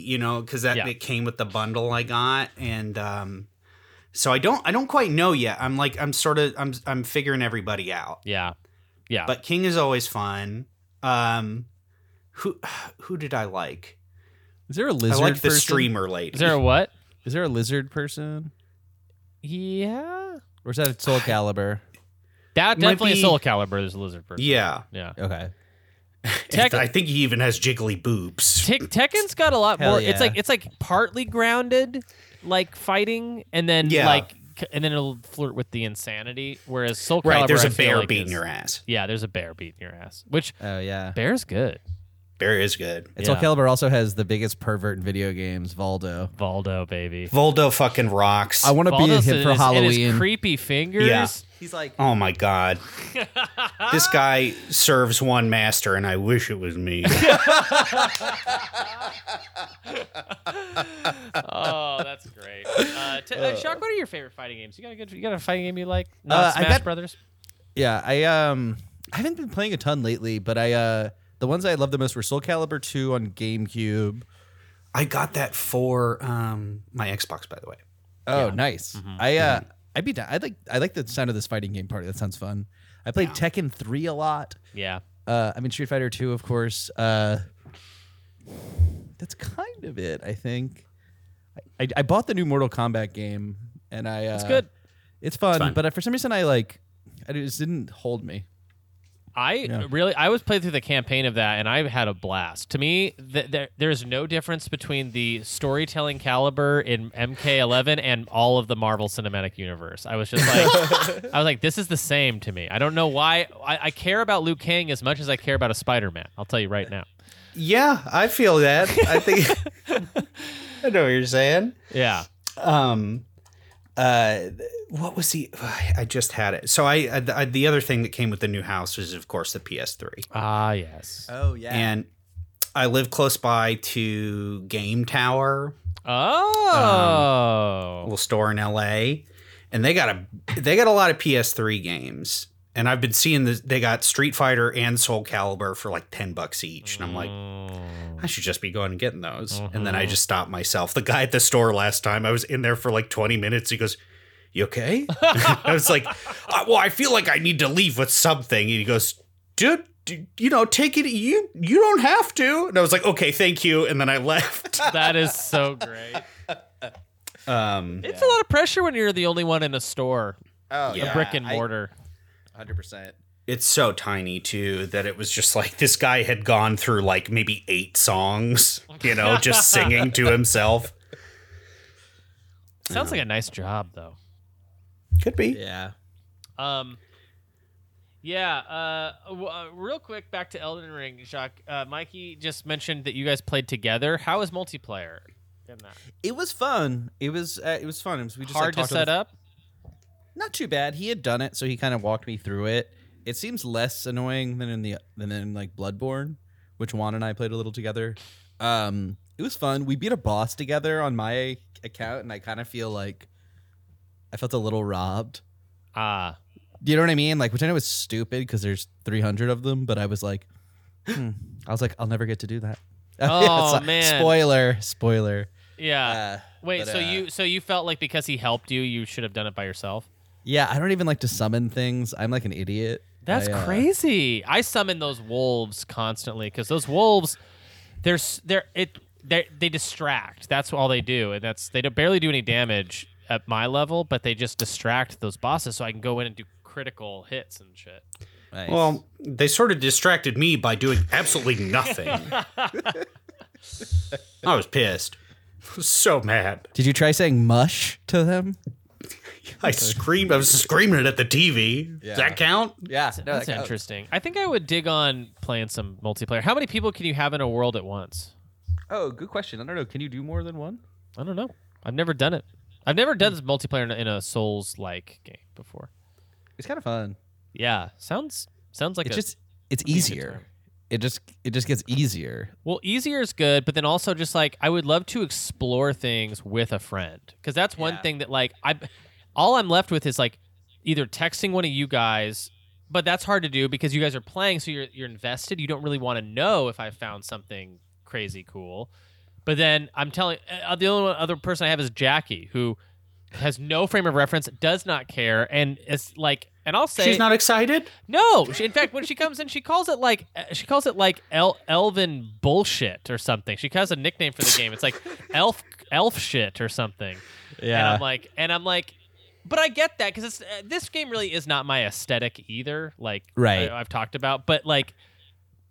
I: you know, because that
E: Yeah.
I: it came with the bundle I got, and um, so I don't, I don't quite know yet. I'm like, I'm sort of, I'm, I'm figuring everybody out.
E: Yeah, yeah.
I: But King is always fun. Um, who, who did I like?
F: Is there a lizard?
I: I like the
F: person?
I: streamer lady.
E: is there a what?
F: Is there a lizard person?
E: Yeah,
F: Or is that a Soul Caliber?
E: that
I: Might
E: definitely
I: be-
E: is Soul Calibur. There's a lizard person.
I: yeah,
E: yeah.
F: Okay.
E: Tekken-
I: I think he even has jiggly boobs.
E: Tek- Tekken's got a lot
F: Hell
E: more.
F: yeah.
E: It's like it's like partly grounded, like fighting, and then
I: Yeah.
E: like c- and then it'll flirt with the insanity. Whereas Soul Calibur,
I: Right, there's
E: a
I: a bear beating your ass.
E: Yeah, there's a bear beating your ass. Which
F: Oh yeah.
E: bear's good.
I: Bear is good.
F: And Soul
E: Yeah.
F: Calibur also has the biggest pervert in video games, Valdo.
E: Valdo, baby.
I: Voldo fucking rocks.
F: I want to be
E: Valdo's
F: him
E: in his- in
F: for
E: his
F: Halloween.
E: creepy fingers.
I: Yeah.
F: He's like,
I: Oh my god. this guy serves one master and I wish it was me.
E: Oh, that's great. Uh, t- uh, Shock, what are your favorite fighting games? You got a good, you got a fighting game you like? Not
F: Uh, I
E: Smash
F: got-
E: Brothers.
F: yeah, I um, I haven't been playing a ton lately, but I uh, the ones I love the most were Soul Calibur two on GameCube.
I: I got that for um, my Xbox, by the way.
F: Oh, nice. I uh, I'd be down. I like I like the sound of this fighting game party. That sounds fun. I played Tekken three a lot.
E: Yeah.
F: Uh, I mean Street Fighter two, of course. Uh, that's kind of it. I think. I, I bought the new Mortal Kombat game, and I uh, it's
E: good.
F: It's fun,
I: fun.
F: but I, for some reason I like. I just didn't hold me.
E: I really, I was played through the campaign of that, and I had a blast. To me, th- there there is no difference between the storytelling caliber in MK11 and all of the Marvel Cinematic Universe. I was just like, I was like, this is the same to me. I don't know why. I, I care about Liu Kang as much as I care about a Spider Man. I'll tell you right now.
I: Yeah, I feel that. I think I know what you're saying.
E: Yeah.
I: um uh what was the i just had it so I, I the other thing that came with the new house is of course the ps3
E: Ah, yes.
F: Oh yeah.
I: and i live close by to game tower
E: Oh.
I: a little store in la and they got a they got a lot of ps3 games and i've been seeing this they got street fighter and soul calibur for like 10 bucks each and i'm like
E: Mm.
I: I should just be going and getting those. And then I just stopped myself. The guy at the store last time, I was in there for like 20 minutes. He goes, You okay? I was like, "Uh, Well, I feel like I need to leave with something. And he goes, Dude, d- you know, take it. You you don't have to. And I was like, Okay, thank you. And then I left.
E: that is so great.
I: Um,
E: It's a lot of pressure when you're the only one in a store,
F: Oh
E: a brick and mortar.
F: Hundred percent.
I: it's so tiny too that it was just like this guy had gone through like maybe eight songs, you know, just singing to himself.
E: Sounds like a nice job, though.
I: Could be.
F: Yeah.
E: Um, yeah. Uh, w- uh, real quick, back to Elden Ring, Jacques. Uh, Mikey just mentioned that you guys played together. How is multiplayer? in that?
F: It was fun. It was uh, it was fun. It was, we just
E: Hard
F: like,
E: to
F: talked with-
E: set up.
F: Not too bad. He had done it, so he kind of walked me through it. It seems less annoying than in the than in like Bloodborne, which Juan and I played a little together. Um, it was fun. We beat a boss together on my account, and I kind of feel like I felt a little robbed.
E: Ah,
F: Do you know what I mean? Like, which I know is stupid because there's 300 of them, but I was like, hmm. I was like, I'll never get to do that.
E: Oh,
F: it's
E: man.
F: Spoiler, spoiler.
E: yeah.
F: Uh,
E: Wait,
F: but,
E: so
F: uh,
E: you so you felt like because he helped you, you should have done it by yourself.
F: Yeah, I don't even like to summon things. I'm like an idiot.
E: That's
F: I, uh,
E: crazy. I summon those wolves constantly because those wolves, they're s- they're it they they distract. That's all they do, and that's they don't barely do any damage at my level, but they just distract those bosses so I can go in and do critical hits and shit.
F: nice.
I: Well, they sort of distracted me by doing absolutely nothing. I was pissed. I was so mad.
F: Did you try saying mush to them?
I: I screamed. I was screaming it at the TV. Does that count?
F: Yeah, no,
E: That's
I: uh,
E: interesting. I think I would dig on playing some multiplayer. How many people can you have in a world at once?
F: Oh, good question. I don't know. Can you do more than one?
E: I don't know. I've never done it. I've never done this multiplayer in a, in a Souls like game before.
F: It's kind of fun.
E: Yeah, sounds sounds like
F: It's
E: a,
F: just it's easier. It just it just gets easier.
E: Well, easier is good, but then also just like I would love to explore things with a friend because that's one thing that like I, all I'm left with is like either texting one of you guys, but that's hard to do because you guys are playing, so you're you're invested. You don't really want to know if I found something crazy cool, but then I'm telling uh, the only other person I have is Jackie who has no frame of reference, does not care, and it's like, and I'll say
I: She's not excited.
E: no, she, in fact, when she comes in, she calls it like uh, she calls it like El- Elven bullshit or something. She has a nickname for the game. It's like elf elf shit or something. Yeah, and I'm like, and I'm like, but I get that because it's uh, this game really is not my aesthetic either. Like,
F: Right.
E: I, I've talked about, but like,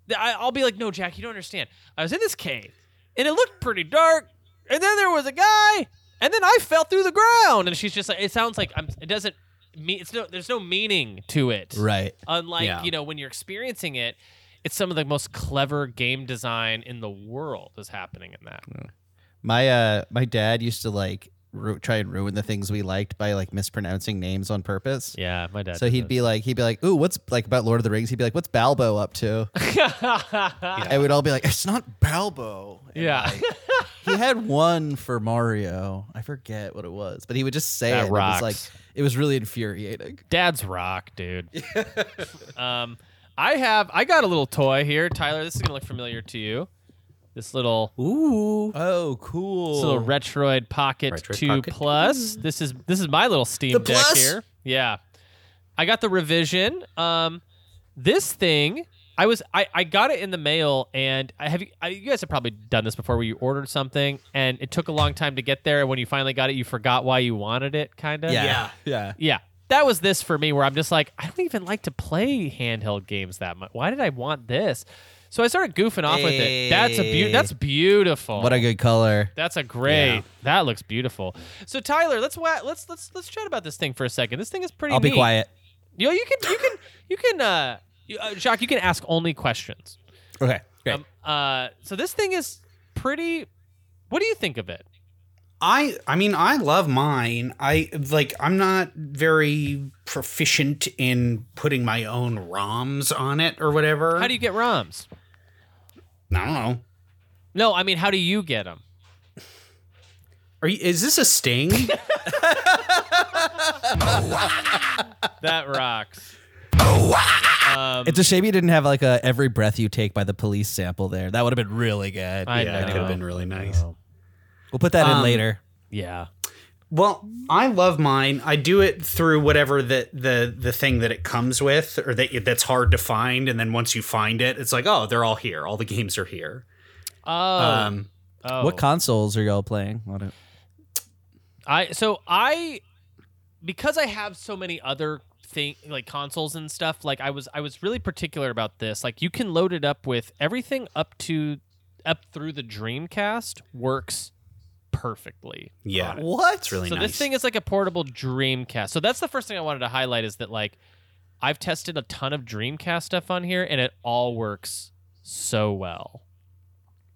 E: th- I, I'll be like, no, Jack, you don't understand. I was in this cave, and it looked pretty dark, and then there was a guy,
C: and then I fell through the ground. And she's just like, it sounds like I'm. It doesn't mean it's no. There's no meaning to it.
F: Right.
C: Unlike
I: Yeah.
C: you know when you're experiencing it, it's some of the most clever game design in the world is happening in that.
F: My uh, my dad used to like ru- try and ruin the things we liked by like mispronouncing names on purpose.
C: Yeah, my dad.
F: So he'd be like, he'd be like, "Ooh, what's like about Lord of the Rings?" He'd be like, "What's Balbo up to?" And we'd all be like, "It's not Balbo." And,
C: Yeah.
F: like, he had one for Mario. I forget what it was, but he would just say
C: That
F: it.
C: rocks.
F: It was like it was really infuriating.
C: Dad's rock, dude. um, I have I got a little toy here, Tyler. This is gonna look familiar to you. This little
F: Oh,
C: this
F: cool.
C: little Retroid Pocket
I: Retroid
C: Two
I: Pocket.
C: Plus. This is this is my little Steam
I: The
C: Deck
I: Plus?
C: here. Yeah, I got the revision. Um, this thing I was I, I got it in the mail, and I have you, I, you guys have probably done this before, where you ordered something and it took a long time to get there, and when you finally got it, you forgot why you wanted it, kind of.
I: Yeah.
F: yeah.
C: Yeah. That was this for me where I'm just like, I don't even like to play handheld games that much. Why did I want this? So I started goofing off with it. That's a beau- that's beautiful.
F: What a good color.
C: that's a great. That looks beautiful. So Tyler, let's wa- let's let's let's chat about this thing for a second. This thing is pretty
F: I'll be
C: neat.
F: quiet.
C: You know, you can you can you can uh, you, uh Jacques, you can ask only questions.
F: Okay. Great.
C: Um, uh so this thing is pretty What do you think of it?
I: I I mean I love mine. I like I'm not very proficient in putting my own ROMs on it or whatever.
C: How do you get ROMs?
I: I don't know.
C: No, I mean, how do you get them?
I: Are you, is this a sting?
C: That rocks. Um,
F: it's a shame you didn't have like a "Every Breath You Take" by the Police sample there. That would have been really good.
C: I
I: yeah, it
C: know.
I: could have been really nice.
C: Oh.
F: We'll put that in
I: Um,
F: later.
C: Yeah.
I: Well, I love mine. I do it through whatever the the the thing that it comes with, or that that's hard to find. And then once you find it, it's like, oh, they're all here. All the games are here.
C: Oh.
I: Um,
C: oh.
F: What consoles are y'all playing? on it?
C: I so I because I have so many other thing like consoles and stuff. Like I was I was really particular about this. Like you can load it up with everything up to up through the Dreamcast works perfectly.
I: yeah,
F: What?
I: it's really
C: so
I: nice.
C: this thing is like a portable Dreamcast. So that's the first thing I wanted to highlight is that like I've tested a ton of Dreamcast stuff on here and it all works so well.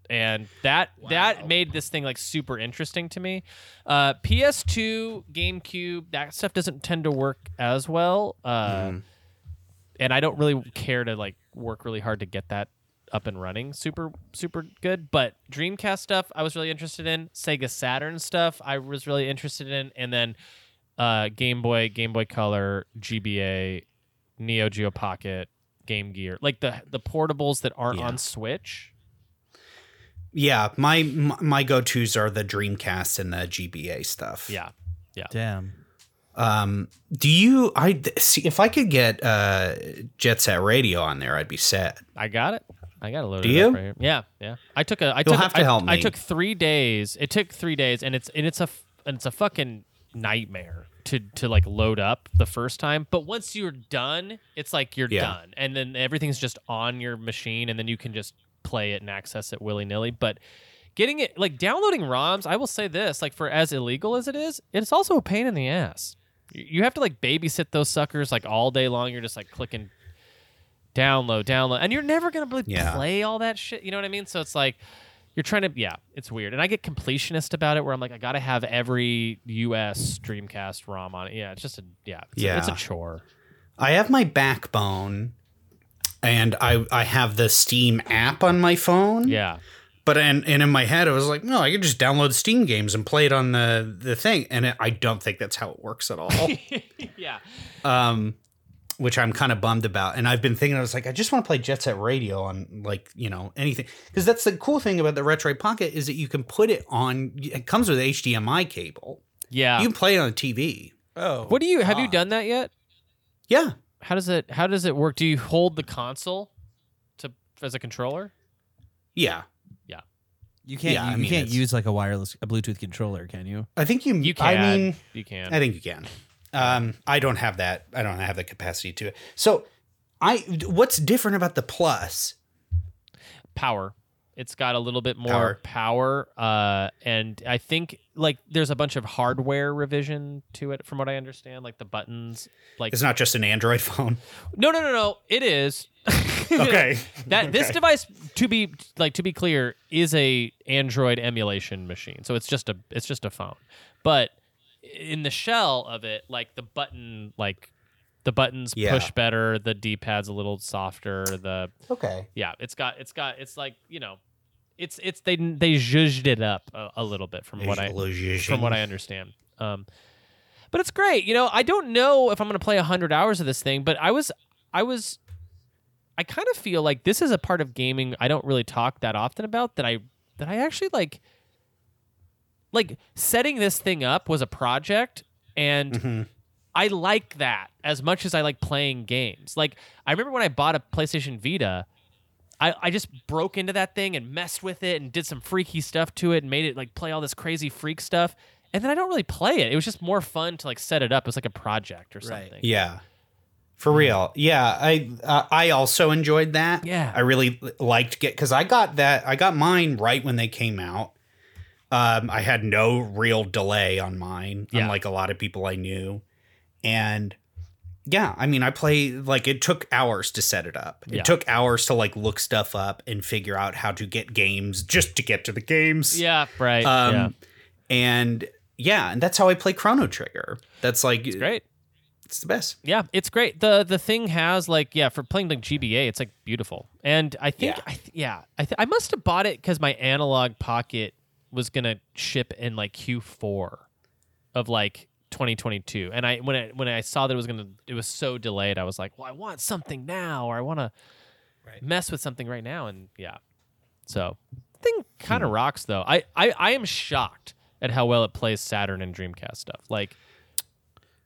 C: And that that made this thing like super interesting to me. Uh, PS2, GameCube, that stuff doesn't tend to work as well. Uh, and I don't really care to like work really hard to get that up and running super super good but dreamcast stuff i was really interested in sega saturn stuff i was really interested in and then uh game boy game boy color gba neo geo pocket game gear like the the portables that aren't
I: Yeah.
C: on switch
I: yeah, my my, my go tos are the Dreamcast and the GBA stuff.
C: yeah
F: Damn.
I: Um, do you? I see if I could get uh, Jet Set Radio on there, I'd be set.
C: i got it i got a load
I: Do
C: it up
I: you?
C: right here. yeah yeah i took a i
I: You'll
C: took
I: have
C: a,
I: to
C: I-
I: help
C: I
I: me.
C: took three days it took three days and it's and it's a f- and it's a fucking nightmare to to like load up the first time but once you're done it's like you're
I: Yeah.
C: done and then everything's just on your machine and then you can just play it and access it willy-nilly but getting it like downloading roms i will say this like for as illegal as it is it's also a pain in the ass you you have to like babysit those suckers like all day long you're just like clicking download download and you're never gonna really
I: Yeah.
C: play all that shit you know what i mean so it's like you're trying to yeah it's weird and i get completionist about it where i'm like i gotta have every us dreamcast rom on it yeah it's just a yeah it's, A, it's a
I: Yeah.
C: chore
I: I have my backbone, and I I have the Steam app on my phone.
C: yeah
I: But and and in my head, I was like, no, I could just download Steam games and play it on the the thing. And it, I don't think that's how it works at all.
C: yeah
I: um, which I'm kind of bummed about. And I've been thinking, I was like, I just want to play Jet Set Radio on like you know anything because that's the cool thing about the Retroid Pocket is that you can put it on. It comes with HDMI cable.
C: yeah
I: You Ah. can play it on a TV.
F: Oh.
C: what do you have you done that yet
I: Yeah.
C: how does it how does it work do you hold the console to as a controller
I: Yeah.
F: You can't.
I: Yeah,
F: you
I: I mean,
F: can't
I: it's-
F: use like a wireless, a Bluetooth controller, can you?
I: I think you.
C: you
I: I
C: can
I: mean,
C: you can
I: I think you can. Um, I don't have that. I don't have the capacity to. So, I what's different about the plus?
C: power It's got a little bit more
I: Power.
C: power, uh, and I think like there's a bunch of hardware revision to it, from what I understand. Like the buttons, like
I: It's not just an Android phone.
C: no, no, no, no, it is.
I: Okay.
C: that this device to be like to be clear is a android emulation machine so it's just a it's just a phone but in the shell of it like the button like the buttons
I: Yeah.
C: push better the d-pad's a little softer the
I: Okay.
C: yeah it's got it's got it's like you know it's it's they they zhuzhed it up a, a little bit from what i from what I understand. Um, but it's great. You know, I don't know if I'm going to play 100 hours of this thing, but I was, I was, I kind of feel like this is a part of gaming I don't really talk that often about that I, that I actually like, like setting this thing up was a project and I like that as much as I like playing games. Like I remember when I bought a PlayStation Vita, I, I just broke into that thing and messed with it and did some freaky stuff to it and made it like play all this crazy freak stuff. And then I don't really play it. It was just more fun to like set it up. It was like a project or something.
I: Yeah. For real. Yeah, I uh, I also enjoyed that.
C: Yeah.
I: I really li- liked get cuz I got that I got mine right when they came out. Um I had no real delay on mine
C: Yeah.
I: unlike a lot of people I knew. And yeah, I mean I play like it took hours to set it up. It
C: Yeah.
I: took hours to like look stuff up and figure out how to get games just to get to the games.
C: Yeah, right.
I: Um
C: yeah.
I: and yeah, and that's how I play Chrono Trigger. That's like
C: It's great.
I: it's the best.
C: Yeah, it's great. the The thing has like yeah for playing like GBA, it's like beautiful. And I think
I: Yeah.
C: I th- yeah I th- I must have bought it because my analog pocket was gonna ship in like Q4 of like 2022. And I when I when I saw that it was gonna it was so delayed, I was like, well, I want something now, or I want to mess with something right now. And yeah, so thing kind of rocks though. I, I I am shocked at how well it plays Saturn and Dreamcast stuff. Like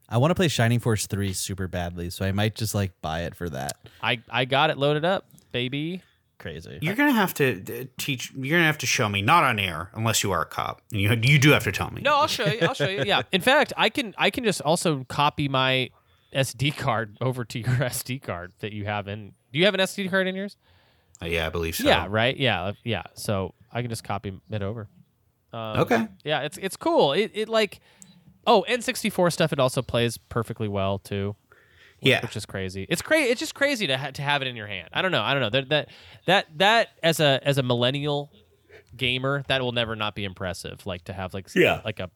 F: I want to play Shining Force 3 super badly, so I might just like buy it for that.
C: I I got it loaded up, baby.
F: Crazy.
I: You're gonna have to uh, teach. You're gonna have to show me, not on air, unless you are a cop. And You you do have to tell me.
C: No, I'll show you. I'll show you. Yeah. In fact, I can I can just also copy my SD card over to your SD card that you have in. Do you have an SD card in yours?
I: Uh, yeah, I believe so.
C: Yeah. Right. Yeah. uh, Yeah. So I can just copy it over. Um,
I: Okay.
C: Yeah. It's it's cool. It it like oh N64 stuff. It also plays perfectly well too.
I: Yeah.
C: which is crazy. It's crazy. It's just crazy to ha- to have it in your hand. I don't know. I don't know. That that that that as a as a millennial gamer, that will never not be impressive. Like to have like s-
I: Yeah.
C: like a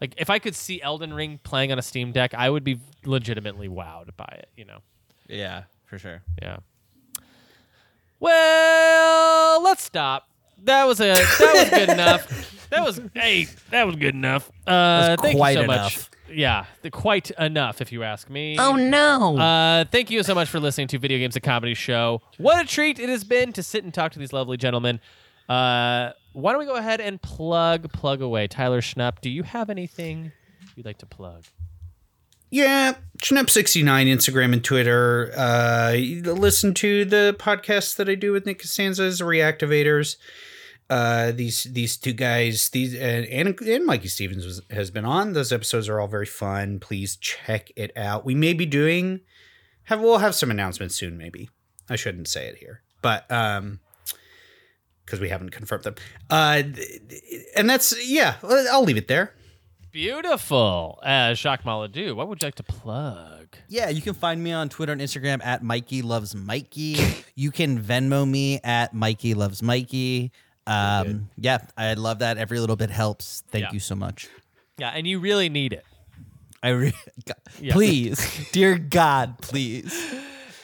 C: like if I could see Elden Ring playing on a Steam Deck, I would be legitimately wowed by it. You know.
F: Yeah, for sure.
C: Yeah. Well, let's stop. That was a that was good enough. That was hey, that was good enough. Uh, thank
F: quite
C: you so
F: enough.
C: much. Yeah, the, quite enough, if you ask me. Oh no! Uh, thank you so much for listening to Video Games a Comedy Show. What a treat it has been to sit and talk to these lovely gentlemen. Uh, why don't we go ahead and plug plug away? Tyler Schnupp, do you have anything you'd like to plug?
I: Yeah. Schnup69 Instagram and Twitter. Uh, listen to the podcast that I do with Nick Costanza's Reactivators. Uh, these these two guys, these and and, and Mikey Stevens was, has been on. Those episodes are all very fun. Please check it out. We may be doing have we'll have some announcements soon. Maybe I shouldn't say it here, but um, because we haven't confirmed them. Uh, th- th- and that's yeah. I'll leave it there.
C: Beautiful. Uh, Jacques Maladou, what would you like to plug?
F: Yeah, you can find me on Twitter and Instagram at Mikey Loves Mikey. you can Venmo me at Mikey Loves Mikey. Um, yeah, I love that. Every little bit helps. Thank
C: Yeah.
F: you so much.
C: Yeah, and you really need it.
F: I re- God,
C: Yeah.
F: please, dear God, please.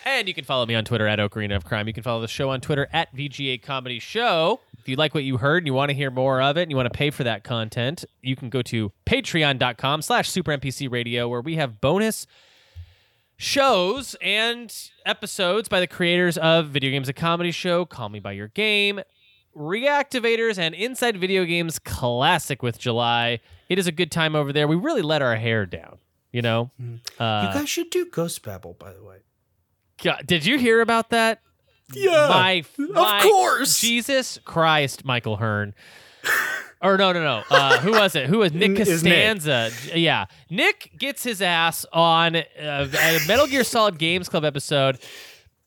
C: And you can follow me on Twitter at Ocarina of Crime. You can follow the show on Twitter at VGA Comedy Show. If you like what you heard and you want to hear more of it and you want to pay for that content, you can go to patreon.com slash supermpc radio where we have bonus shows and episodes by the creators of Video Games a Comedy Show, Call Me By Your Game, Reactivators, and Inside Video Games Classic with July. It is a good time over there. We really let our hair down, you know? Uh,
I: you guys should do Ghost Babble, by the way.
C: God, did you hear about that? Yeah. My, my-
I: course.
C: Jesus Christ, Michael Hearn. or no, no, no. Uh, who was it? Who was Nick
I: N- is Nick.
C: Costanza? J- Yeah, Nick gets his ass on uh, a Metal Gear Solid Games Club episode.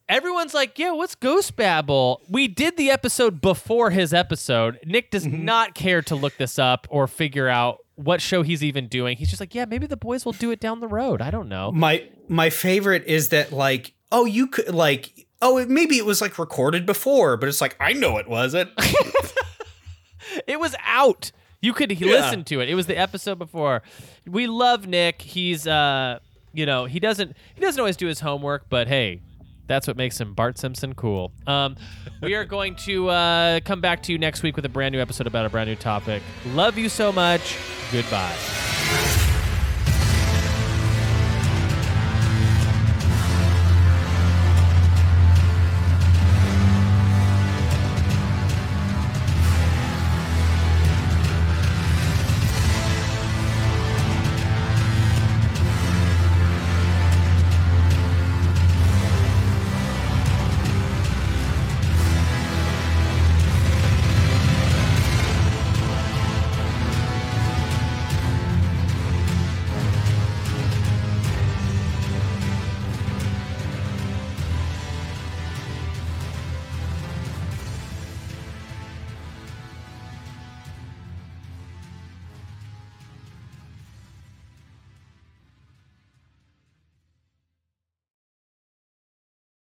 C: Everyone's like, yeah, what's Ghost Babble? We did the episode before his episode. Nick does
I: Mm-hmm.
C: not care to look this up or figure out what show he's even doing. He's just like, yeah, maybe the boys will do it down the road. I don't know.
I: My my favorite is that like oh you could like oh it, maybe it was like recorded before, but it's like I know it wasn't.
C: It was out. You could he listen to it. It was the episode before. We love Nick. He's uh you know, he doesn't he doesn't always do his homework, but hey, that's what makes him Bart Simpson cool. Um, we are going to uh, come back to you next week with a brand new episode about a brand new topic. Love you so much. Goodbye.